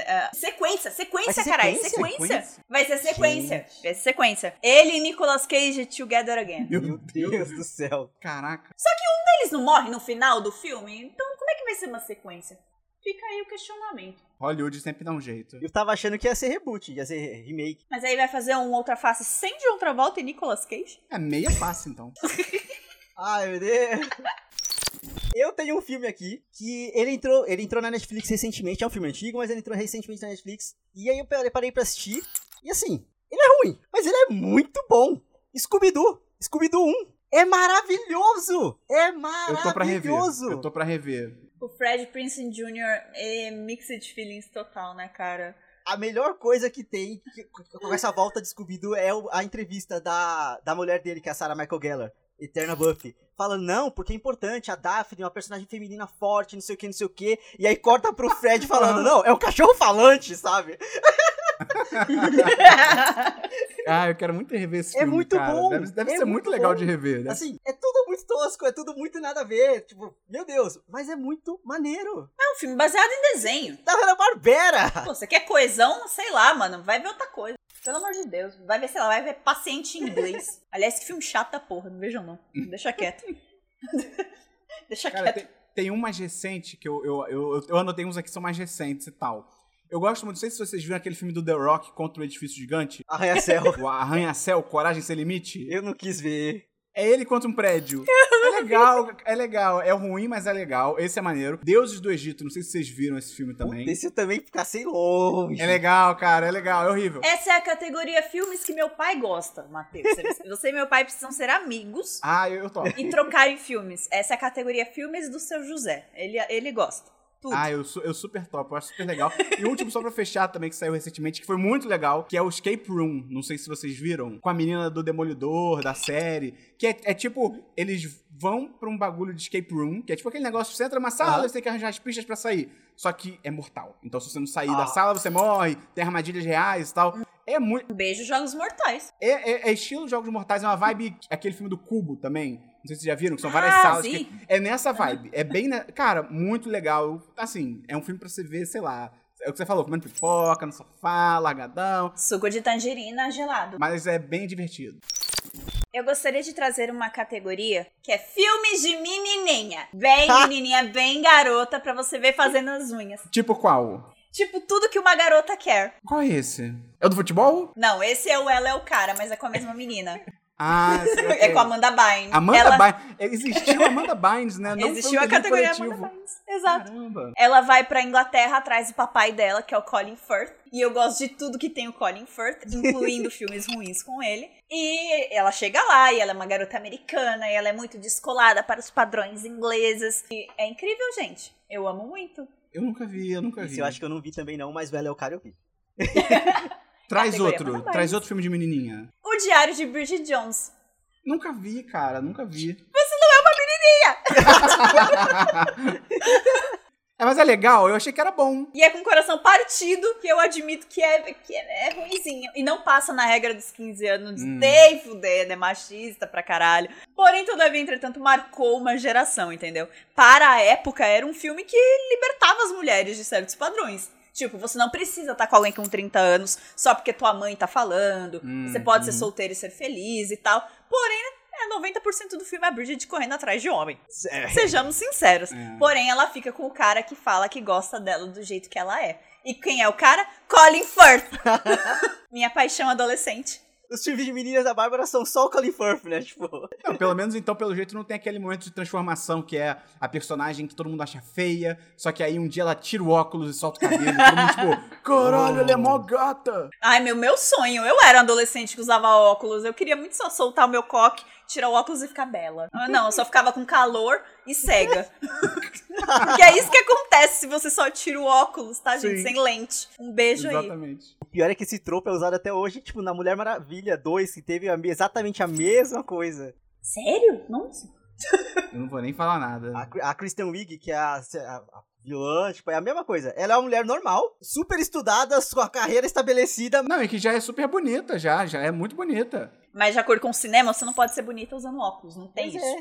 eh, sequência, sequência, Vai ser caralho. Sequência? sequência? Vai ser sequência. Vai ser sequência. Ele e Nicolas Cage together again. [LAUGHS] Meu Deus do céu. Caraca. Eles não morrem no final do filme? Então, como é que vai ser uma sequência? Fica aí o questionamento. Hollywood sempre dá um jeito. Eu tava achando que ia ser reboot, ia ser remake. Mas aí vai fazer um outra face sem John Travolta e Nicolas Cage? É meia fácil, então. Ai, meu Deus. Eu tenho um filme aqui que ele entrou, ele entrou na Netflix recentemente, é um filme antigo, mas ele entrou recentemente na Netflix. E aí eu parei- parei pra assistir. E assim, ele é ruim, mas ele é muito bom. Scooby-Doo, Scooby-Doo 1. É maravilhoso! É Eu tô pra rever. maravilhoso! Eu tô pra rever. O Fred Princeton Jr. é mixed feelings total, né, cara? A melhor coisa que tem que- com essa volta de Scooby-Doo é o- a entrevista da, da mulher dele, que é a Sarah Michael Gellar. Eterna Buffy. Fala, não, porque é importante, a Daphne é uma personagem feminina forte, não sei o que, não sei o que. E aí corta pro Fred falando, não, é um cachorro falante, sabe? Ah, eu quero muito rever esse É filme, muito cara. bom, Deve, deve é ser muito, muito legal bom. de rever, né? Assim, é tudo muito tosco, é tudo muito nada a ver. Tipo, meu Deus, mas é muito maneiro. É um filme baseado em desenho. Da Hanna-Barbera! [LAUGHS] Pô, você quer coesão? Sei lá, mano. Vai ver outra coisa. Pelo amor de Deus. Vai ver, sei lá, vai ver paciente em inglês. Aliás, que filme chato da porra. Não vejam, não. Deixa quieto. [LAUGHS] Deixa é Cara, quieto. tem, tem um mais recente que eu, eu, eu, eu anotei uns aqui que são mais recentes e tal. Eu gosto muito, não sei se vocês viram aquele filme do The Rock contra o Edifício Gigante. Arranha-céu. O Arranha-Céu, Coragem Sem Limite. Eu não quis ver. É ele contra um prédio. É legal, é legal. É ruim, mas é legal. Esse é maneiro. Deuses do Egito, não sei se vocês viram esse filme também. Esse eu também passei longe. É legal, cara, é legal, é horrível. Essa é a categoria filmes que meu pai gosta, Matheus. Você e meu pai precisam ser amigos Ah, eu, eu topo. e trocarem filmes. Essa é a categoria filmes do seu José. Ele, ele gosta. Tudo. Ah, eu, su- eu super top, eu acho super legal. E o último, só pra fechar também, que saiu recentemente, que foi muito legal, que é o Escape Room. Não sei se vocês viram. Com a menina do Demolidor, da série. Que é, é tipo, eles vão pra um bagulho de Escape Room, que é tipo aquele negócio, você entra numa sala, Aham. você tem que arranjar as pistas pra sair. Só que é mortal. Então se você não sair Ah. Hum. da sala, você morre, tem armadilhas reais e tal. É muito. Um beijo, Jogos Mortais. É, é- é estilo Jogos Mortais, é uma vibe. Aquele filme do Cubo também. Não sei se vocês já viram, que são várias Ah, salas. sim. que- é nessa vibe. É bem. na- Cara, muito legal. Assim, é um filme pra você ver, sei lá. É o que você falou, comendo pipoca, no sofá, largadão. Suco de tangerina gelado. Mas é bem divertido. Eu gostaria de trazer uma categoria que é filmes de menininha. Bem menininha, bem garota, pra você ver fazendo as unhas. Tipo qual? Tipo, tudo que uma garota quer. Qual é esse? É o do futebol? Não, esse é o Ela é o Cara, mas é com a mesma menina. [LAUGHS] Ah, esse É com a Amanda Bynes. Amanda Ela- Bynes. Existiu a Amanda Bynes, né? Não Existiu foi a um desenho categoria coletivo. Amanda Bynes. Exato. Caramba. Ela vai pra Inglaterra atrás do papai dela, que é o Colin Firth. E eu gosto de tudo que tem o Colin [LAUGHS] Firth, incluindo filmes ruins com ele. E ela chega lá, e ela é uma garota americana, e ela é muito descolada para os padrões ingleses. E é incrível, gente. Eu amo muito. Eu nunca vi, eu nunca Esse vi. eu acho que eu não vi também não, mas velho é o cara eu vi. Traz é Categoria outro, Amanda Bynes. traz outro filme de menininha. O Diário de Bridget Jones. Nunca vi, cara, nunca vi. Você não é uma menininha! [LAUGHS] é, mas é legal, eu achei que era bom. E é com o coração partido, que eu admito que é, que é, é ruimzinho. E não passa na regra dos 15 anos Hum. nem fudendo, é machista pra caralho. Porém, todavia, entretanto, marcou uma geração, entendeu? Para a época, era um filme que libertava as mulheres de certos padrões. Tipo, você não precisa estar com alguém com 30 anos só porque tua mãe tá falando. Hum, você pode hum. ser solteira e ser feliz e tal. Porém, é 90% do filme é a Bridget correndo atrás de homem. [LAUGHS] É. Sejamos sinceros. É. Porém, ela fica com o cara que fala que gosta dela do jeito que ela é. E quem é o cara? Colin [LAUGHS] Firth. Minha paixão adolescente. Os filmes de meninas da Bárbara são só o Califurf, né? Tipo, Não, pelo menos, então, pelo jeito, não tem aquele momento de transformação que é a personagem que todo mundo acha feia, só que aí um dia ela tira o óculos e solta o cabelo. e todo mundo, tipo, [LAUGHS] caralho, ela é mó gata! Ai, meu, meu sonho. Eu era um adolescente que usava óculos. Eu queria muito só soltar o meu coque, tirar o óculos e ficar bela. Ah, Não, eu só ficava com calor e [LAUGHS] cega. Porque é isso que acontece se você só tira o óculos, tá, gente? Sim. Sem lente. Um beijo aí. Exatamente. o pior é que esse tropo é usado até hoje, tipo, na Mulher Maravilha 2, que teve a- exatamente a mesma coisa. Sério? Nossa. Eu não vou nem falar nada. A, Cri- a Kristen Wiig, que é a, a- a vilã, tipo, é a mesma coisa. Ela é uma mulher normal, super estudada, sua carreira estabelecida. Não, e que já é super bonita, já, já é muito bonita. Mas de acordo com o cinema, você não pode ser bonita usando óculos. Não tem Pois isso.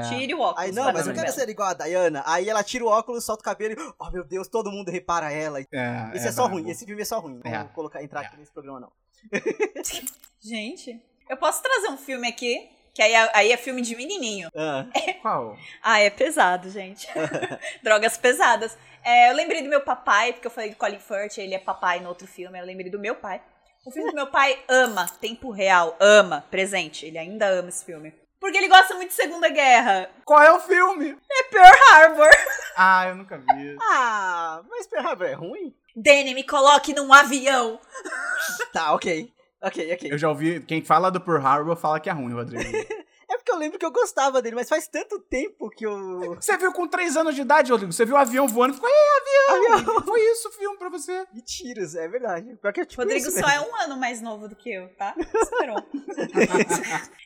É. Tire o óculos. Aí, não, pra mas ser eu quero bela. ser igual a Diana. Aí ela tira o óculos, solta o cabelo e, oh meu Deus, todo mundo repara ela. é Esse é, só brabo. ruim, esse filme é só ruim. É. Não vou colocar, entrar É. aqui nesse programa, não. Gente, eu posso trazer um filme aqui, que aí é, aí é filme de menininho. Ah, Qual? Ah, é pesado, gente. [LAUGHS] Drogas pesadas. É, eu lembrei do meu papai, porque eu falei do Colin Firth, ele é papai no outro filme, eu lembrei do meu pai. O filme do meu pai ama tempo real, ama, presente, ele ainda ama esse filme. Porque ele gosta muito de Segunda Guerra. Qual é o filme? É Pearl Harbor. Ah, eu nunca vi. ah mas Pearl Harbor é ruim? Danny, me coloque num avião. Tá, ok. Ok, ok. Eu já ouvi, quem fala do Pearl Harbor fala que é ruim, [LAUGHS] Rodrigo. É porque eu lembro que eu gostava dele, mas faz tanto tempo que eu. Você viu com 3 anos de idade, Rodrigo? Você viu o avião voando e ficou, "Ih, Avião. Foi isso o filme pra você. Mentira, Zé, é verdade. Pior que é tipo Rodrigo isso só mesmo. é um ano mais novo do que eu, tá? Esperou.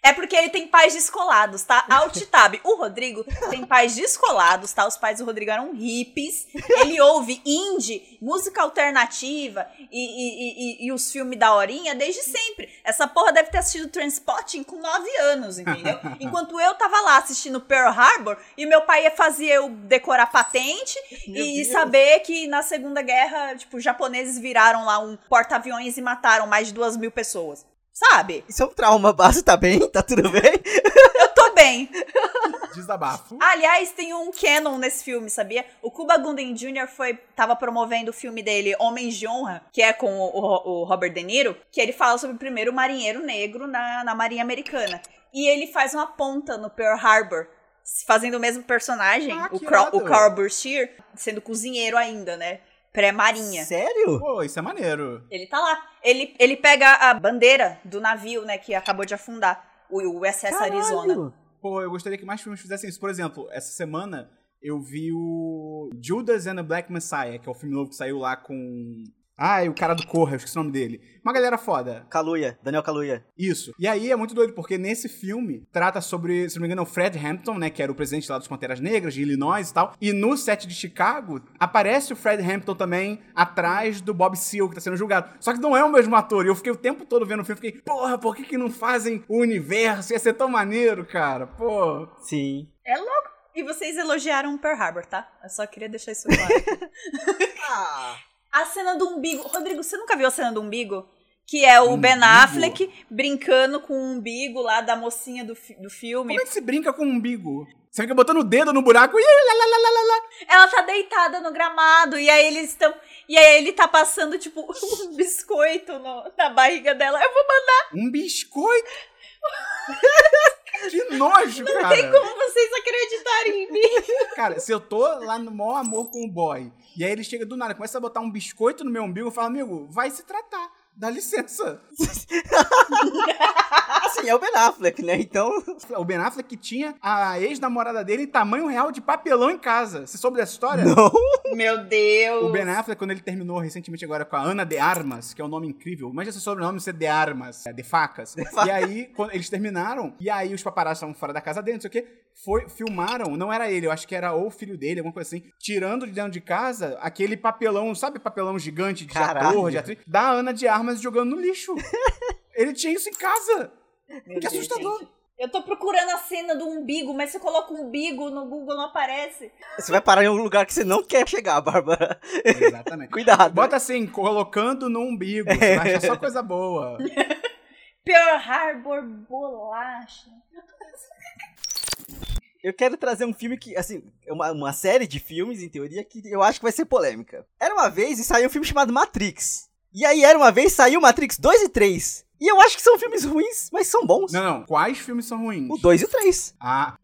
é porque ele tem pais descolados, tá? Alt tab. O Rodrigo tem pais descolados, tá? Os pais do Rodrigo eram hippies. Ele ouve indie, música alternativa e, e, e, e, e os filmes da horinha desde sempre. Essa porra deve ter assistido Transpotting com 9 anos, entendeu? Enquanto eu tava lá assistindo Pearl Harbor e meu pai fazia eu decorar patente Meu e Deus. saber que na Segunda Guerra, tipo, os japoneses viraram lá um porta-aviões e mataram mais de duas mil pessoas. Sabe? Isso é um trauma base, tá bem? [LAUGHS] Tá tudo bem? Eu tô bem. Desabafo. Aliás, tem um canon nesse filme, sabia? O Cuba Gooding Jr. foi, tava promovendo o filme dele Homens de Honra, que é com o, o- o Robert De Niro, que ele fala sobre o primeiro marinheiro negro na, na marinha americana. E ele faz uma ponta no Pearl Harbor, fazendo o mesmo personagem, Ah, o, que Cro- irado. o Carl Bursier, sendo cozinheiro ainda, né? Pré-marinha. Sério? Pô, isso é maneiro. Ele tá lá. Ele, ele pega a bandeira do navio, né, que acabou de afundar, o, o SS Arizona. Caralho. Pô, eu gostaria que mais filmes fizessem isso. Por exemplo, essa semana eu vi o Judas and the Black Messiah, que é o filme novo que saiu lá com. Ai, o cara do Corra, eu esqueci o nome dele. Uma galera foda. Caluia, Daniel Caluia. Isso. E aí é muito doido, porque nesse filme trata sobre, se não me engano, é o Fred Hampton, né? Que era o presidente lá dos Panteras Negras, de Illinois e tal. E no set de Chicago, aparece o Fred Hampton também atrás do Bob Seale, que tá sendo julgado. Só que não é o mesmo ator. E eu fiquei o tempo todo vendo o filme, fiquei, porra, por que, que não fazem o universo? Ia ser tão maneiro, cara. Pô. Sim. É louco. E vocês elogiaram o Pearl Harbor, tá? Eu só queria deixar isso claro. Ah, a cena do umbigo. Rodrigo, você nunca viu a cena do umbigo? Que é o Ben Umbigo? Affleck brincando com o umbigo lá da mocinha do, fi- do filme. Como é que se brinca com um umbigo? Você fica botando o dedo no buraco e. lá, lá, lá, lá, lá, lá. Ela tá deitada no gramado e aí eles estão. E aí ele tá passando, tipo, [LAUGHS] um biscoito no- na barriga dela. Eu vou Um biscoito! [LAUGHS] que nojo, cara! mandar como vocês acreditarem em [LAUGHS] mim. Cara, se eu tô lá no maior amor com o boy, e aí ele chega do nada, começa a botar um biscoito no meu umbigo, eu falo, amigo, vai se tratar. Dá licença. assim, é o Ben Affleck, né? Então, [LAUGHS] O Ben Affleck que tinha a ex-namorada dele em tamanho real de papelão em casa. Você soube dessa história? não. Meu Deus. O Ben Affleck, quando ele terminou recentemente agora com a Ana de Armas, que é um nome incrível, mas esse sobrenome ser de Armas, é, de facas. E aí, quando eles terminaram, e aí os paparazzi estavam fora da casa dele, não sei o quê, foi, filmaram, não era ele, eu acho que era ou o filho dele, alguma coisa assim, tirando de dentro de casa aquele papelão, sabe papelão gigante de Caralho. ator, de atriz, da Ana de Armas jogando no lixo. ele tinha isso em casa. Meu Que Deus, assustador. gente. Eu tô procurando a cena do umbigo, mas se eu coloco umbigo no Google não aparece. Você vai parar em um lugar que você não quer chegar, Bárbara. Exatamente. Cuidado. Bota assim, colocando no umbigo, você vai achar só coisa boa. Pearl Harbor bolacha. Eu quero trazer um filme que, assim, é uma, uma série de filmes, em teoria, que eu acho que vai ser polêmica. Era uma vez e saiu um filme chamado Matrix. E aí, era uma vez, saiu Matrix 2 e 3. E eu acho que são filmes ruins, mas são bons. Não, não, quais filmes são ruins? O 2 e o 3. Ah,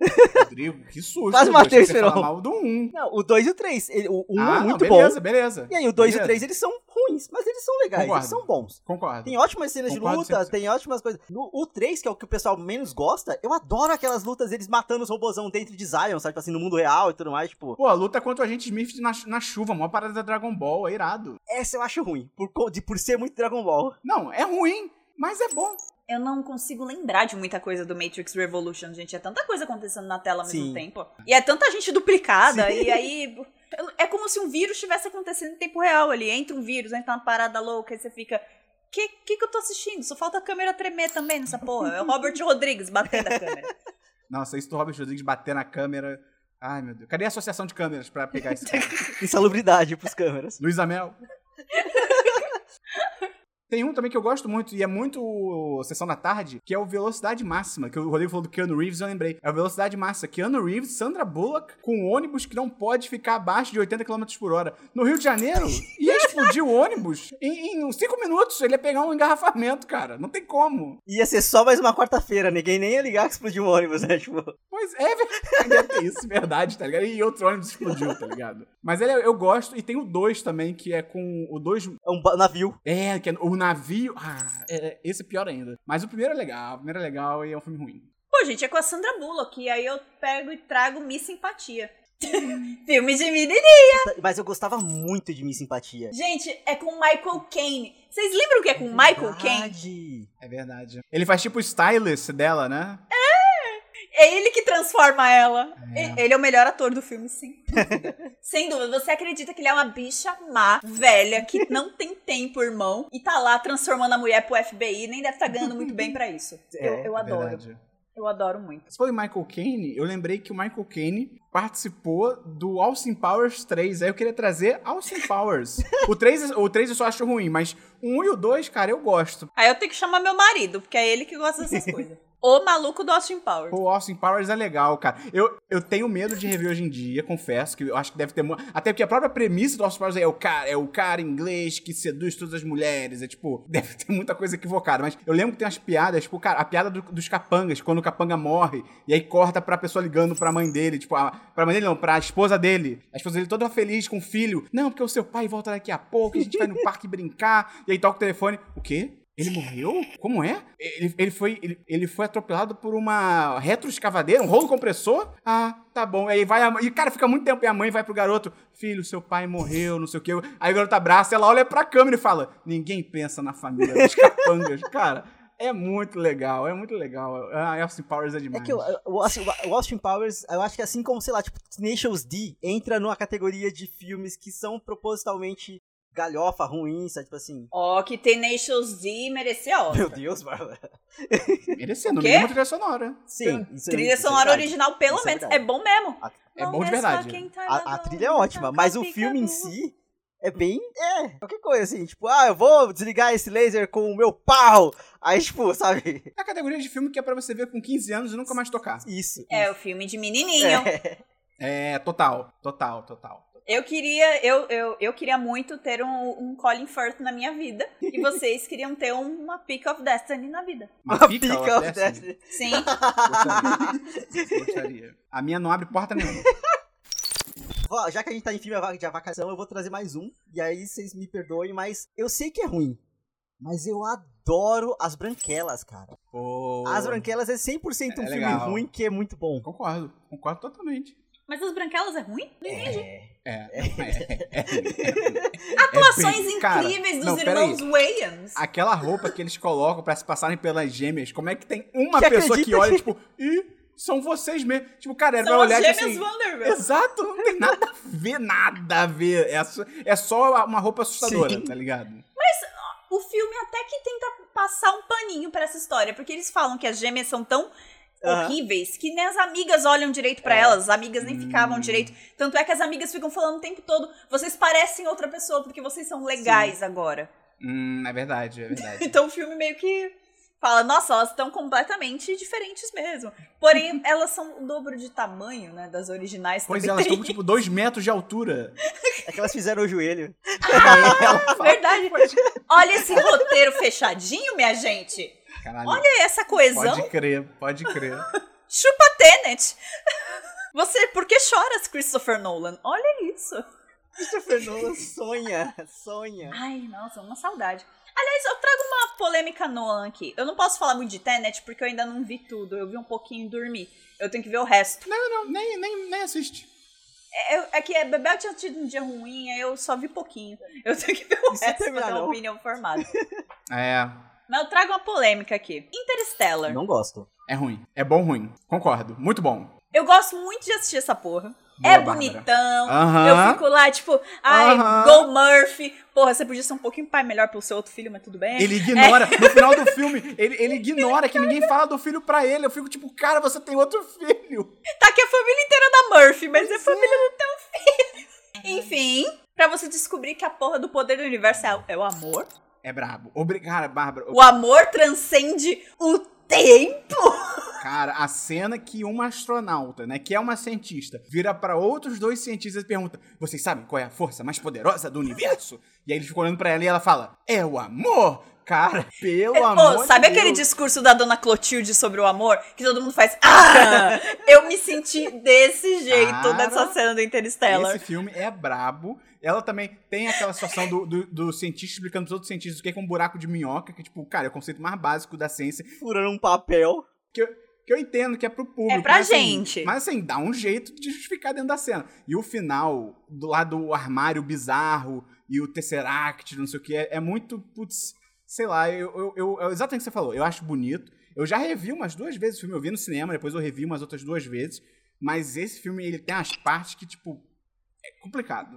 Rodrigo, que susto. Quase eu achei matei o que você ia falar Esperon. mal um. do 1. Não, o 2 e o 3. Ele- O 1 ah, é não, muito beleza, bom. beleza. E aí, o 2 e o Beleza. 3, eles são ruins, mas eles são legais, Concordo. eles são bons. Concordo. Tem ótimas cenas Concordo de luta, 100%. tem ótimas coisas. No, o 3, que é o que o pessoal menos gosta, eu adoro aquelas lutas eles matando os robozão dentro de Zion, sabe? Tipo assim, no mundo real e tudo mais, tipo. Pô, a luta contra o agente Smith na, na chuva, maior parada da Dragon Ball, é irado. Essa eu acho ruim, por, co- de, por ser muito Dragon Ball. [LAUGHS] Não, é ruim, mas é bom. Eu não consigo lembrar de muita coisa do Matrix Revolution, gente. É tanta coisa acontecendo na tela ao Sim. mesmo tempo. E é tanta gente duplicada. E aí. É como se um vírus estivesse acontecendo em tempo real ali. Entra um vírus, entra uma parada louca, e você fica. Que, que que eu tô assistindo? Só falta a câmera tremer também nessa porra. É o [LAUGHS] Robert Rodrigues batendo a câmera. Nossa, isso do Robert Rodrigues bater na câmera. Ai, meu Deus. Cadê a associação de câmeras pra pegar [LAUGHS] isso? Insalubridade pros câmeras. Luiz Amel. [LAUGHS] Tem um também que eu gosto muito, e é muito Sessão da Tarde, que é o Velocidade Máxima, que o Rodrigo falou do Keanu Reeves, eu lembrei. É o Velocidade Máxima. Keanu Reeves, Sandra Bullock, com um ônibus que não pode ficar abaixo de 80 km por hora. No Rio de Janeiro, ia explodir o ônibus em, em cinco minutos. Ele ia pegar um engarrafamento, cara. Não tem como. Ia ser só mais uma quarta-feira, ninguém nem ia ligar que explodiu um ônibus, né? [LAUGHS] Tipo, Pois é, [LAUGHS] ainda tem isso, verdade, tá ligado? E outro ônibus explodiu, tá ligado? Mas ele, eu gosto, e tem o 2 também, que é com o 2 é um ba- navio. É, que é- o navio. Ah, é, é, esse é pior ainda. Mas o primeiro é legal, o primeiro é legal e é um filme ruim. [LAUGHS] Pô, gente, é com a Sandra Bullock. E aí eu pego e trago Miss Simpatia. Filme de menininha. Mas eu gostava muito de Miss Simpatia. Gente, é com Michael Caine. Vocês lembram que é com Michael Caine? Verdade. É verdade. Ele faz tipo o stylist dela, né? É ele que transforma ela. É. E- Ele é o melhor ator do filme, [LAUGHS] sim. Sem dúvida. Você acredita que ele é uma bicha má, velha, que não tem tempo, irmão, e tá lá transformando a mulher pro FBI, nem deve estar ganhando muito bem pra isso. [LAUGHS] É, eu eu É adoro. verdade. Eu adoro muito. Você falou em Michael Caine, eu lembrei que o Michael Caine participou do Austin Powers 3. Aí eu queria trazer Austin [LAUGHS] Powers. o, 3, o 3 eu só acho ruim, mas o 1 e o 2, cara, eu gosto. Aí eu tenho que chamar meu marido, porque é ele que gosta [LAUGHS] dessas coisas. O maluco do Austin Powers. Pô, Austin Powers é legal, cara. Eu, eu tenho medo de rever hoje em dia, confesso, que eu acho que deve ter. mu- Até porque a própria premissa do Austin Powers é o cara, é o cara inglês que seduz todas as mulheres. É tipo, [LAUGHS] deve ter muita coisa equivocada. Mas eu lembro que tem umas piadas, tipo, cara, a piada do- dos capangas, quando o capanga morre, e aí corta pra pessoa ligando pra mãe dele, tipo, a, pra mãe dele não, pra esposa dele. A esposa dele toda feliz com o filho. Não, porque o seu pai volta daqui a pouco, a gente vai no parque [LAUGHS] brincar, e aí toca o telefone. O quê? Ele morreu? Como é? Ele, ele foi, ele, ele foi atropelado por uma retroescavadeira, um rolo compressor? Ah, tá bom. Aí vai a mãe. E cara, fica muito tempo. E a mãe vai pro garoto: Filho, seu pai morreu, não sei o quê. Aí o garoto abraça, ela olha pra câmera e fala: Ninguém pensa na família dos capangas. [LAUGHS] cara, é muito legal, é muito legal. Ah, Austin Powers é É demais. que o, o, Austin, o Austin Powers, eu acho que assim como, sei lá, tipo, Nations D entra numa categoria de filmes que são propositalmente galhofa, ruim, sabe? Tipo assim. Ó, que Tenacious D merecia Oscar. Meu Deus, Bárbara. Merecendo, O quê? mesmo trilha sonora. Sim, isso é- Trilha isso é sonora verdade. original, pelo Isso é menos. É, verdade. bom mesmo. É bom de verdade. tá A, a trilha é ótima, mas o filme em si é bem. É, qualquer coisa assim. Tipo, ah, eu vou desligar esse laser com o meu pau. Aí, tipo, sabe? É a categoria de filme que é pra você ver com 15 anos e nunca mais tocar. Isso. É isso. o filme de menininho. É. É, total, total, total. Eu queria, eu, eu, eu queria muito ter um, um Colin Firth na minha vida. [LAUGHS] E vocês queriam ter uma Peak of Destiny na vida. [LAUGHS] Uma pica, pica ó, é assim. of Destiny. Destiny. Sim. Gostaria. Gostaria. A minha não abre porta nenhuma. Ó, Já que a gente tá em filme de avacação, eu vou trazer mais um. E aí vocês me perdoem, mas eu sei que é ruim. Mas eu adoro As Branquelas, cara. Ô, As Branquelas é 100% um É filme legal. ruim que é muito bom. Concordo, concordo totalmente. [LAUGHS] Mas As Branquelas é ruim? Não entendi. É, não, é, é, Atuações bem- cara, incríveis dos não, peraí. irmãos Wayans. Aquela roupa que eles colocam pra se passarem pelas gêmeas, como é que tem uma Que pessoa que acredita olha, tipo, ih, são vocês mesmo. Tipo, cara, era pra São as olhar e gêmeas assim. Vanderbilt. Exato, não tem nada a ver, nada a ver. É, só- é só uma roupa assustadora, Sim. tá ligado? O filme até que tenta passar um paninho pra essa história, porque eles falam que as gêmeas são tão Aham. horríveis que nem as amigas olham direito pra elas, as amigas nem ficavam É. Hum. direito. Tanto é que as amigas ficam falando o tempo todo: vocês parecem outra pessoa porque vocês são legais agora. Hum, é verdade, é [LAUGHS] verdade. Então o filme meio que fala, nossa, elas estão completamente diferentes mesmo. Porém, elas são o dobro de tamanho, né, das originais Pois é, também. elas tem. [LAUGHS] estão com tipo dois metros de altura. É que elas fizeram o joelho. [LAUGHS] Verdade. Olha esse roteiro fechadinho, minha gente. Caralho. Olha essa coesão. Pode crer, pode crer. Chupa Tenet. [LAUGHS] Você, por que choras, Christopher Nolan? Olha isso. Christopher Nolan sonha, sonha. Ai, nossa, uma saudade. Aliás, eu trago uma polêmica Nolan aqui. Eu não posso falar muito de Tenet porque eu ainda não vi tudo. Eu vi um pouquinho e dormi. Eu tenho que ver o resto. Não, nem, nem, nem assiste. Eu- é que Bebel tinha tido um dia ruim, aí eu só vi pouquinho. Eu tenho que ver o Isso resto é pra ter uma melhor. opinião formada. É, Mas eu trago uma polêmica aqui. Interstellar. Não gosto. é ruim. É bom ruim. Concordo. Muito bom. Eu gosto muito de assistir essa porra. Boa, é Bárbara. bonitão. Eu Aham. fico lá, tipo, ai, Aham. Go Murphy. Porra, você podia ser um pouquinho pai melhor pro seu outro filho, mas tudo bem. É, Ele ignora. No final do filme, ele, ele ignora que ninguém fala do filho pra ele. Eu fico tipo, cara, você tem outro filho. Tá aqui a família inteira da Murphy, mas é a família do teu filho. Enfim, pra você descobrir que a porra do poder do universo é- é o amor. É brabo. Obrigada, Bárbara. O amor transcende o tempo. Cara, a cena que uma astronauta, né, que é uma cientista, vira pra outros dois cientistas e pergunta: Vocês sabem qual é a força mais poderosa do universo? E aí eles ficam olhando pra ela e ela fala: É o amor! Cara, pelo Ô, amor. de sabe aquele Deus. discurso da dona Clotilde sobre o amor? Que todo mundo faz. Ah! [LAUGHS] Eu me senti desse jeito Cara, nessa cena do Interstellar. Esse filme é brabo. Ela também tem aquela situação do, do, do cientista explicando pros outros cientistas o que é que é um buraco de minhoca, que, tipo, cara, é o conceito mais básico da ciência. Furando um papel. que eu entendo que é pro público. É pra mas, assim, gente. mas assim, dá um jeito de justificar dentro da cena. E o final, do lado do armário bizarro e o Tesseract, não sei o que, é, é muito, putz, sei lá, eu, eu, eu, é exatamente o que você falou. Eu acho bonito. Eu já revi umas duas vezes o filme, eu vi no cinema, depois eu revi umas outras duas vezes. Mas esse filme, ele tem as partes que, tipo, é complicado.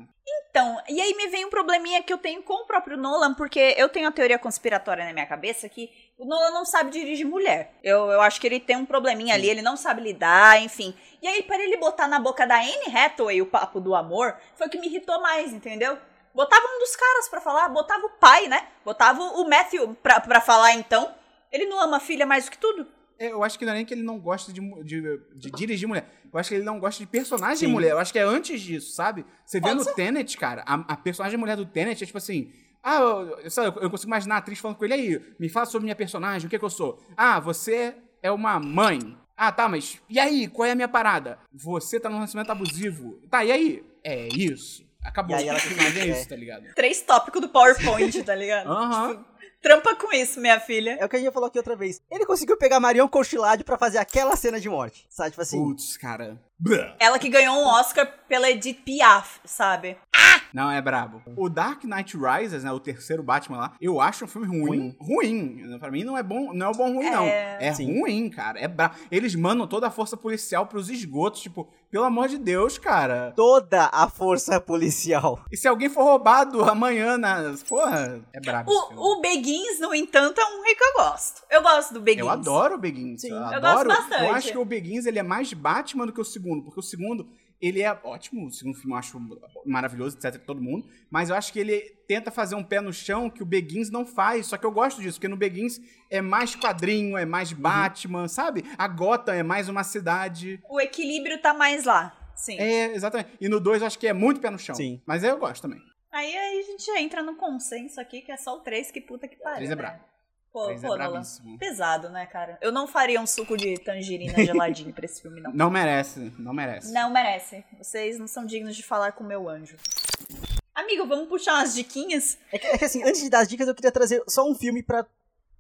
Então, e aí me vem um probleminha que eu tenho com o próprio Nolan, porque eu tenho a teoria conspiratória na minha cabeça que o Nolan não sabe dirigir mulher. Eu, eu acho que ele tem um probleminha ali, ele não sabe lidar, enfim. E aí, para ele botar na boca da Anne Hathaway o papo do amor, foi o que me irritou mais, entendeu? Botava um dos caras pra falar, botava o pai, né? Botava o Matthew pra, pra falar, então. Ele não ama a filha mais do que tudo? É, Eu acho que não é nem que ele não gosta de, mu- de, de dirigir mulher. Eu acho que ele não gosta de personagem Sim. mulher. Eu acho que é antes disso, sabe? Você vê Pode no Tenet, cara, a, a personagem mulher do Tenet é tipo assim. Ah, eu, eu, sei lá, eu consigo imaginar a atriz falando com ele aí. Me fala sobre minha personagem, o que, é que eu sou? Ah, você é uma mãe. Ah, tá, mas e aí? Qual é a minha parada? Você tá num relacionamento abusivo. Tá, e aí? É isso. Acabou. E aí ela A personagem fica- [LAUGHS] é isso, tá ligado? Três tópicos do PowerPoint, tá [LAUGHS] ligado? Aham. Trampa com isso, minha filha. É o que a gente falou aqui outra vez. Ele conseguiu pegar Marion Cotillard pra fazer aquela cena de morte. Sabe, tipo assim... Putz, cara. Blá. Ela que ganhou um Oscar pela Edith Piaf, sabe? Não, é brabo. O Dark Knight Rises, né, o terceiro Batman lá, eu acho um filme ruim. Ruim. Pra mim não é bom, não é o bom ruim, não. É, Sim. ruim, cara. É brabo. Eles mandam toda a força policial pros esgotos, tipo, pelo amor de Deus, cara. Toda a força policial. E se alguém for roubado amanhã na... Porra, é brabo esse filme. O, o Beguins, no entanto, é um rei que eu gosto. Eu gosto do Beguins. Eu adoro o Begins. Sim. eu Eu adoro. gosto bastante. Eu acho que o Begins ele é mais Batman do que o segundo, porque o segundo ele é ótimo, o segundo filme eu acho maravilhoso, etc, todo mundo, mas eu acho que ele tenta fazer um pé no chão que o Begins não faz, só que eu gosto disso, porque no Begins é mais quadrinho, é Uhum. mais Batman, sabe? A Gotham é mais uma cidade. O equilíbrio tá mais lá. Sim. É, exatamente. E no 2 eu acho que é muito pé no chão. Sim. Mas aí eu gosto também. Aí, aí a gente já entra no consenso aqui, que é só o 3, que puta que pariu. Três é né? brabo. Pô, Três é pô, Nolan. brabíssimo. Pesado, né, cara? Eu não faria um suco de tangerina geladinho pra esse filme, não. Não merece, não merece. Não merece. Vocês não são dignos de falar com o meu anjo. Amigo, vamos puxar umas diquinhas? É que, é que, assim, antes de dar as dicas, eu queria trazer só um filme pra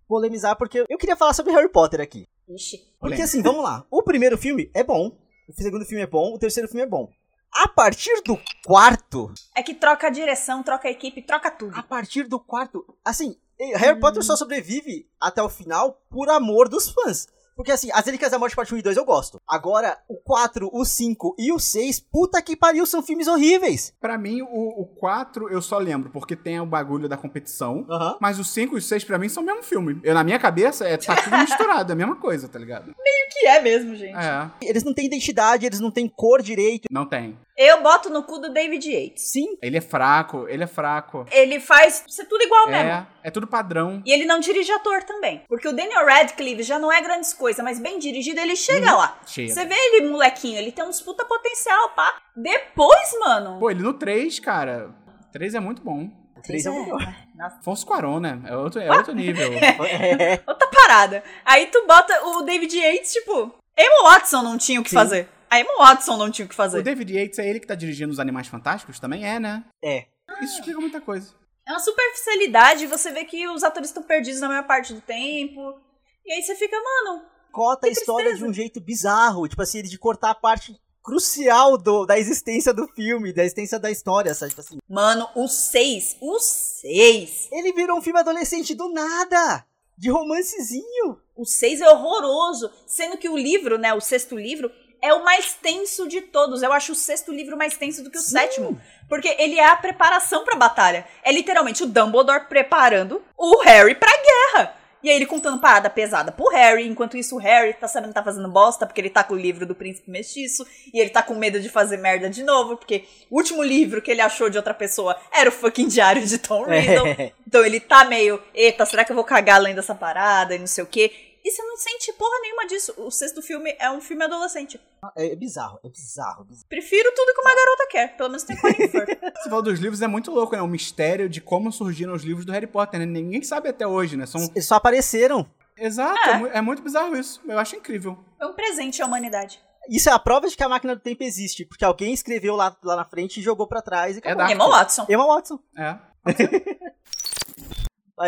polemizar, porque eu queria falar sobre Harry Potter aqui. Ixi. Porque Polêmica. assim, vamos lá. O primeiro filme é bom, o segundo filme é bom, o terceiro filme é bom. A partir do quarto, É que troca a direção, troca a equipe, troca tudo. a Ah, partir do quarto, assim, Harry Potter só sobrevive até o final por amor dos fãs. Porque assim, as Relíquias da Morte parte 1 e 2 eu gosto. Agora, o 4, o 5 e o 6, puta que pariu, são filmes horríveis. Pra mim, o 4 eu só lembro, porque tem o bagulho da competição. Aham. Mas os 5 e os 6 pra mim são o mesmo filme. Eu, na minha cabeça, é, tá tudo misturado, é a mesma coisa, tá ligado? Que é mesmo, gente. É, Eles não têm identidade, eles não têm cor direito. não tem. Eu boto no cu do David Yates. Sim. Ele é fraco, ele é fraco. Ele faz ser tudo igual mesmo. É, é tudo padrão. E ele não dirige ator também. Porque o Daniel Radcliffe já não é grandes coisas, mas bem dirigido ele Uhum. chega lá. Cheio. Você vê ele, molequinho, ele tem um puta potencial, pá. Depois, mano. Pô, ele no 3, cara. 3 é muito bom. Três é o melhor. Nossa, Afonso Cuarón, né? É outro, é outro nível. [LAUGHS] É. [LAUGHS] outra parada. Aí tu bota o David Yates, tipo. Emma Watson não tinha o que Sim. fazer. A Emma Watson não tinha o que O fazer. David Yates é ele que tá dirigindo Os Animais Fantásticos? Também é, né? É. Isso explica muita coisa. É uma superficialidade, você vê que os atores estão perdidos na maior parte do tempo. E aí você fica, mano. Cota a Que história de um jeito bizarro. Tipo assim, ele de cortar a parte crucial do, da existência do filme, da existência da história, sabe? Tipo assim, Mano, o seis, O seis. ele virou um filme adolescente do nada. De romancezinho. O 6 é horroroso, sendo que o livro, né, o sexto livro, é o mais tenso de todos. Eu acho o sexto livro mais tenso do que o Sim. sétimo, porque ele é a preparação pra batalha. É literalmente o Dumbledore preparando o Harry pra guerra. E aí ele contando parada pesada pro Harry, enquanto isso o Harry tá sabendo que tá fazendo bosta, porque ele tá com o livro do príncipe mestiço, e ele tá com medo de fazer merda de novo, porque o último livro que ele achou de outra pessoa era o fucking diário de [LAUGHS] Tom Riddle. Então ele tá meio, eita, será que eu vou cagar além dessa parada e não sei o quê? E você não sente porra nenhuma disso. O sexto filme é um filme adolescente. É, é bizarro, é bizarro, bizarro. Prefiro tudo que uma garota quer. Pelo menos tem Colin [LAUGHS] Firth. Você falou dos livros, é muito louco, né? O mistério de como surgiram os livros do Harry Potter, né? Ninguém sabe até hoje, né? São... Eles só apareceram. Exato, É. é mu- é muito bizarro isso. Eu acho incrível. É um presente à humanidade. Isso é a prova de que a máquina do tempo existe, porque alguém escreveu lá, lá na frente e jogou pra trás e É acabou. Dark. Emma Watson. Emma Watson. É. Vai,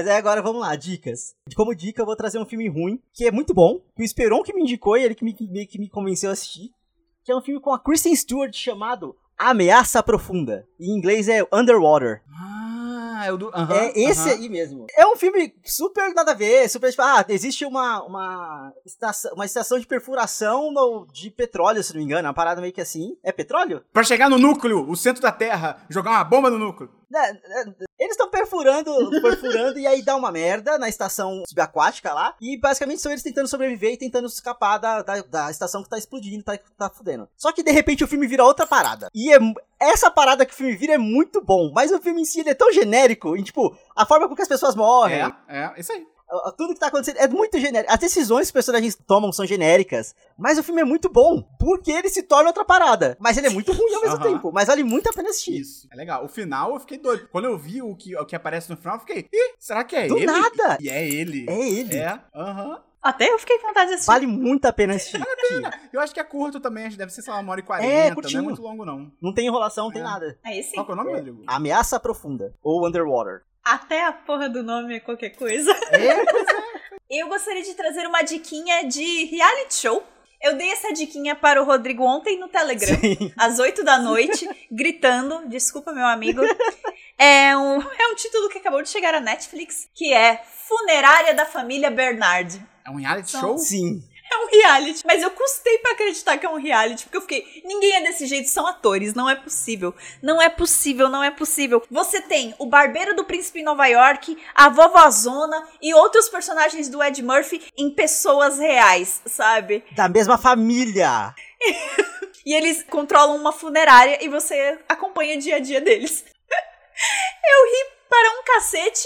Mas aí agora vamos lá, dicas. Como dica, eu vou trazer um filme ruim, que é muito bom, que o Esperon que me indicou e ele que me, que me- que me convenceu a assistir, que é um filme com a Kristen Stewart chamado Ameaça Profunda. Em inglês é Underwater. Ah, é o do. aham, é esse aham. aí mesmo. É um filme super nada a ver, super tipo, ah, existe uma, uma, estação, uma estação de perfuração no- de petróleo, se não me engano, uma parada meio que assim. É petróleo? Pra chegar no núcleo, o centro da Terra, jogar uma bomba no núcleo. Né, né, Eles estão perfurando, perfurando, e aí dá uma merda na estação subaquática lá. E basicamente são eles tentando sobreviver e tentando escapar da, da, da estação que tá explodindo, tá, tá fudendo. Só que de repente o filme vira outra parada. E é mu- essa parada que o filme vira é muito bom, mas o filme em si ele é tão genérico, e tipo, a forma com que as pessoas morrem, É, é, isso aí. a- a- tudo que tá acontecendo é muito genérico. As decisões que os personagens tomam são genéricas, mas o filme é muito bom, porque ele se torna outra parada. Mas ele é muito ruim ao mesmo Aham. tempo, mas vale muito a pena assistir. Isso. É legal. O final eu fiquei doido. Quando eu vi o que, o que aparece no final, eu fiquei. Ih, será que é Do ele? nada! E é ele. É ele. É, aham. Até eu fiquei com vontade de assistir. Vale muito a pena assistir. Eu acho que é curto também, acho que deve ser, sei lá, uma hora e É, quarenta. não curtinho. é muito longo, não. Não tem enrolação, não tem É. nada. Aí sim. Qual que é o nome, Rodrigo? Ameaça Profunda, ou Underwater. Até a porra do nome é qualquer coisa. É, pois é. Eu gostaria de trazer uma diquinha de reality show. Eu dei essa diquinha para o Rodrigo ontem no Telegram, às 8 da noite, gritando, desculpa meu amigo. É um, é um título que acabou de chegar à Netflix, que é Funerária da Família Bernard. É um reality São- show? [LAUGHS] Sim. É um reality, mas eu custei pra acreditar que é um reality, porque eu fiquei, ninguém é desse jeito, são atores, não é possível. Não é possível, não é possível. Você tem o barbeiro do príncipe em Nova York, a vovozona e outros personagens do Ed Murphy em pessoas reais, sabe? Da mesma família. E eles controlam uma funerária e você acompanha o dia a dia deles. [LAUGHS] Eu ri para um cacete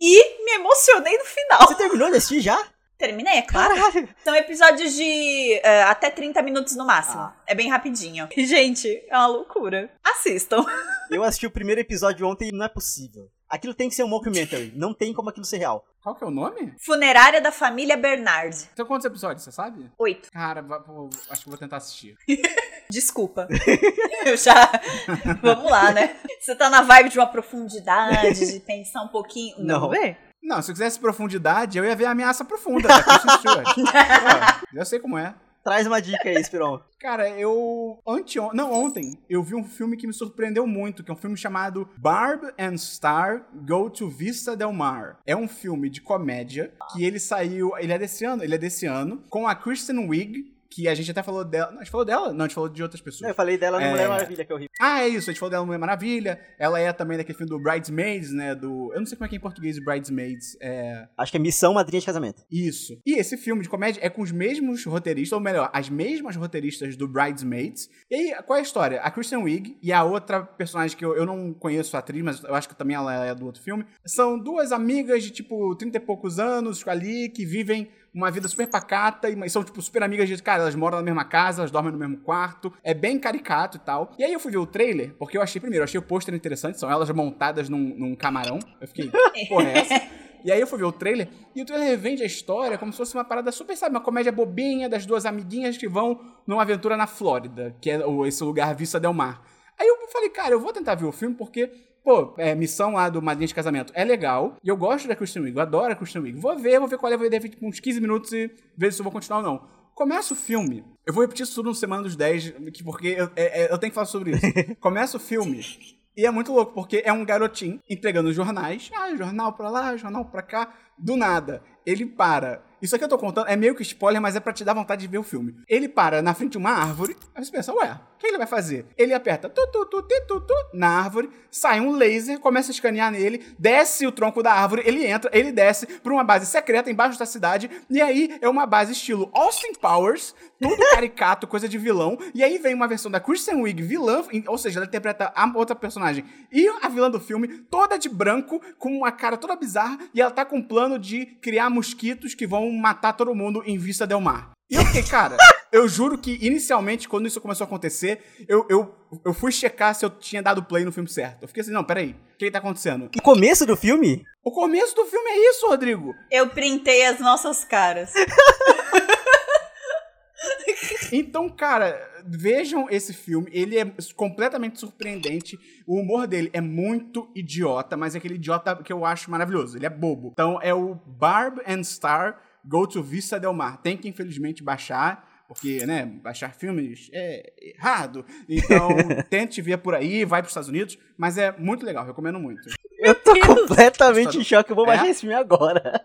e me emocionei no final. Oh. Você terminou de assistir já? Terminei, é claro. Caralho. São episódios de eh, até 30 minutos no máximo. Ah. É bem rapidinho. [LAUGHS] E, Gente, é uma loucura. Assistam. [LAUGHS] Eu assisti o primeiro episódio ontem e não é possível. Aquilo tem que ser um mockumentary. Não tem como aquilo ser real. Qual que é o nome? Funerária da família Bernard. Tem quantos episódios, você sabe? Oito. Cara, va- pô, acho que eu vou tentar assistir. Desculpa. [LAUGHS] Eu já. [LAUGHS] Vamos lá, né? Você tá na vibe de uma profundidade, de pensar um pouquinho. [LAUGHS] Não. Vamos ver? Não, se eu quisesse profundidade, eu ia ver a ameaça profunda da Kristen [LAUGHS] Stewart. Ó, Já sei como é. Traz uma dica aí, Esperon. Cara, eu. Anteon... Não, ontem eu vi um filme que me surpreendeu muito, que é um filme chamado Barb and Star Go to Vista Del Mar. É um filme de comédia que ele saiu. Ele é desse ano, ele é desse ano, com a Kristen Wiig. Que a gente até falou dela. Não, a gente falou dela? Não, a gente falou de outras pessoas. Eu falei dela no É. Mulher Maravilha, que eu ri. Ah, é isso. A gente falou dela no Mulher Maravilha. Ela é também daquele filme do Bridesmaids, né? Do. Eu não sei como é que é em português Bridesmaids. É. Acho que é Missão Madrinha de Casamento. Isso. E esse filme de comédia é com os mesmos roteiristas, ou melhor, as mesmas roteiristas do Bridesmaids. E aí, qual é a história? A Kristen Wiig e a outra personagem que eu, eu não conheço a atriz, mas eu acho que também ela é do outro filme, são duas amigas de, tipo, 30 e poucos anos ali, que vivem uma vida super pacata, e mas são, tipo, super amigas de... Cara, elas moram na mesma casa, elas dormem no mesmo quarto, é bem caricato e tal. E aí eu fui ver o trailer, porque eu achei, primeiro, eu achei o pôster interessante, são elas montadas num, num camarão. Eu fiquei, que porra é essa? E aí eu fui ver o trailer, e o trailer vende a história como se fosse uma parada super, sabe, uma comédia bobinha das duas amiguinhas que vão numa aventura na Flórida, que é o- esse lugar Vista Del Mar. Aí eu falei, cara, eu vou tentar ver o filme porque, pô, é, missão lá do Madrinha de Casamento é legal, e eu gosto da Kristen Wiig, eu adoro a Kristen Wiig. Vou ver, vou ver qual é, vou ver de repente, uns 15 minutos e ver se eu vou continuar ou não. Começa o filme. Eu vou repetir isso tudo no Semana dos 10, que- porque eu, é- é- eu tenho que falar sobre isso. Começa o filme. E é muito louco, porque é um garotinho entregando jornais. Ah, jornal pra lá, jornal pra cá. Do nada, ele para. Isso aqui eu tô contando, é meio que spoiler, mas é pra te dar vontade de ver o filme. Ele para na frente de uma árvore, aí você pensa, ué, o que ele vai fazer? Ele aperta tu, tu, tu, ti, tu, tu, na árvore, sai um laser, começa a escanear nele, desce o tronco da árvore, ele entra, ele desce pra uma base secreta embaixo da cidade, e aí é uma base estilo Austin Powers, tudo [LAUGHS] caricato, coisa de vilão, e aí vem uma versão da Kristen Wiig vilã, em- ou seja, ela interpreta a outra personagem e a vilã do filme, toda de branco, com uma cara toda bizarra, e ela tá com um plano de criar mosquitos que vão matar todo mundo em Vista Del Mar. E eu fiquei, cara, eu juro que inicialmente, quando isso começou a acontecer, eu, eu, eu fui checar se eu tinha dado play no filme certo. Eu fiquei assim, não, peraí, o que tá acontecendo? No começo do filme, O começo do filme é isso, Rodrigo! Eu printei as nossas caras. Então, cara, vejam esse filme. Ele é completamente surpreendente. O humor dele é muito idiota, mas é aquele idiota que eu acho maravilhoso. Ele é bobo. Então, é o Barb and Star Go to Vista Del Mar. Tem que, infelizmente, baixar. Porque, né, baixar filmes é errado. Então, tente ver por aí, vai pros Estados Unidos. Mas é muito legal, recomendo muito. Eu tô Deus. completamente em choque. Eu vou É? baixar esse filme agora.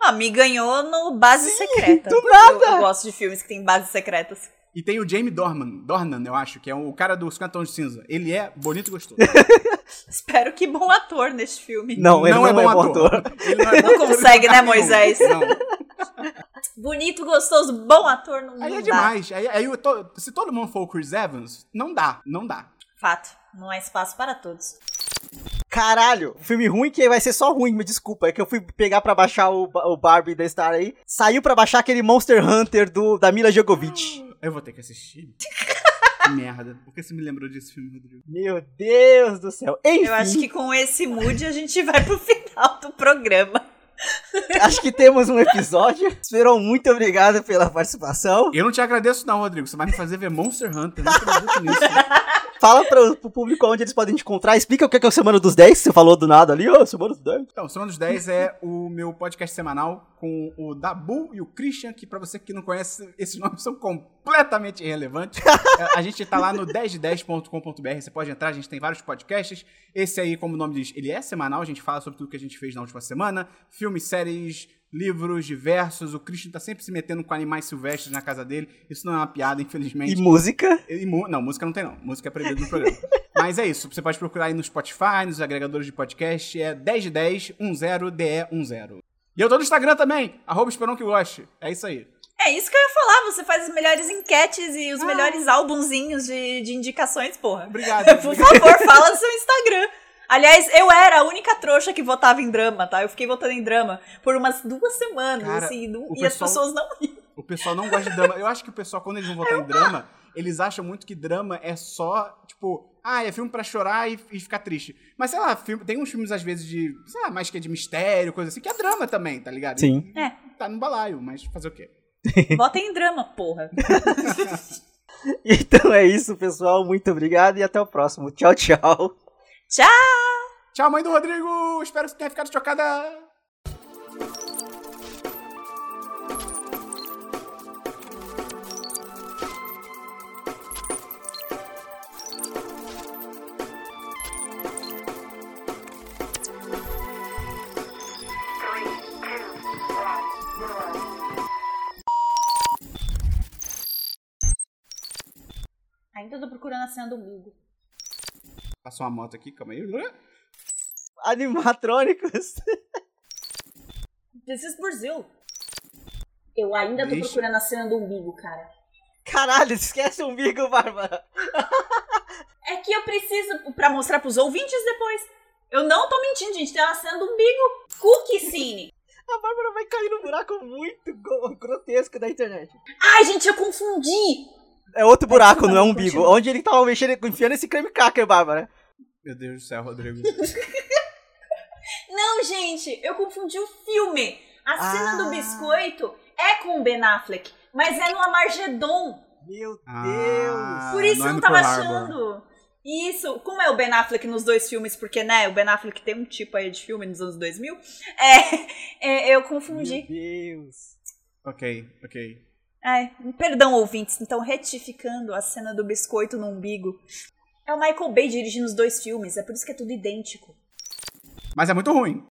Ah, me ganhou no Base Secreta. do porque nada. Eu, eu gosto de filmes que tem bases secretas. E tem o Jamie Dornan, Dornan, eu acho, que é o cara dos Cantões de Cinza. Ele é bonito e gostoso. Espero que bom ator neste filme. Não, ele não, é, bom ator. Ele não é Não consegue, né, nenhum. Moisés? Não. Bonito, gostoso, bom ator não Aí não dá. é demais. Aí, aí eu tô- se todo mundo for o Chris Evans, não dá, não dá. Fato. Não há espaço para todos. Caralho, filme ruim que vai ser só ruim, me desculpa. É que eu fui pegar pra baixar o, Ba- o Barbie da Star aí. Saiu pra baixar aquele Monster Hunter do, da Mila Djokovic. Ah. Eu vou ter [LAUGHS] que assistir. Que merda. Por que você me lembrou desse filme, Rodrigo? Meu Deus do céu. Enfim, Eu acho que com esse mood a gente vai pro [LAUGHS] final do programa. [LAUGHS] acho que temos um episódio. Esperou, muito obrigado pela participação. Eu não te agradeço, não, Rodrigo. Você vai me fazer ver Monster Hunter. Não acredito nisso. Fala pro, pro público onde eles podem te encontrar. Explica o que é, que é o Semana dos 10, que você falou do nada ali. Ô, Semana dos 10. Então, Semana dos 10 é o meu podcast semanal com o Dabu e o Christian, que pra você que não conhece, esses nomes são completamente irrelevantes. É, a gente tá lá no 1010.com.br, você pode entrar, a gente tem vários podcasts. Esse aí, como o nome diz, ele é semanal, a gente fala sobre tudo que a gente fez na última semana, filmes, séries, livros diversos. O Christian tá sempre se metendo com animais silvestres na casa dele. Isso não é uma piada, infelizmente. E música. E mu- não, música não tem não. Música é proibida no programa. Mas é isso. Você pode procurar aí no Spotify, nos agregadores de podcast. É 10 de 10 10 DE 10. E eu tô no Instagram também, arroba esperão que goste. É isso aí. É isso que eu ia falar. Você faz as melhores enquetes e Ah. os melhores álbumzinhos de, de indicações, porra. Obrigado. [LAUGHS] Por obrigado. favor, fala no seu Instagram. Aliás, eu era a única trouxa que votava em drama, tá? Eu fiquei votando em drama por umas duas semanas, Cara, assim, não- o e as pessoal- pessoas [LAUGHS] não O pessoal não gosta de drama. Eu acho que o pessoal, quando eles vão votar em drama, eles acham muito que drama é só, tipo, ah, é filme pra chorar e, e ficar triste. Mas sei lá, filme- tem uns filmes às vezes de, sei lá, mais que é de mistério, coisa assim, que é drama também, tá ligado? Sim. [LAUGHS] É. Tá no balaio, mas fazer o quê? votem em drama, porra. Então é isso, pessoal. Muito obrigado e até o próximo. Tchau, tchau. Tchau, mãe do Rodrigo! Espero que você tenha ficado chocada! Ainda tô procurando a cena do Google. Passou uma moto aqui, calma aí. Animatrônicos. [LAUGHS] This is Brasil. Eu ainda tô Vixe. procurando a cena do umbigo, cara. Caralho, esquece o umbigo, Bárbara. É que eu preciso pra mostrar pros ouvintes depois. Eu não tô mentindo, gente. Tem uma cena do umbigo. Cookie Cine. A Bárbara vai cair num buraco muito go- grotesco da internet. Ai, gente, eu confundi. É outro buraco, não é um Continua. umbigo. Onde ele tava mexendo, enfiando esse creme caca, Bárbara. Meu Deus do [LAUGHS] céu, Rodrigo. Não, gente, eu confundi o filme. A Ah. cena do biscoito é com o Ben Affleck, mas é no Amargedon. Meu Deus. Ah. Por isso não é eu não no tava Pearl Harbor. achando. Isso, como é o Ben Affleck nos dois filmes, porque, né, o Ben Affleck tem um tipo aí de filme nos anos 2000, é, é, eu Meu confundi. Deus. ok, ok. Ai, perdão, ouvintes, então retificando a cena do biscoito no umbigo. É o Michael Bay dirigindo os dois filmes, é por isso que é tudo idêntico. Mas é muito ruim.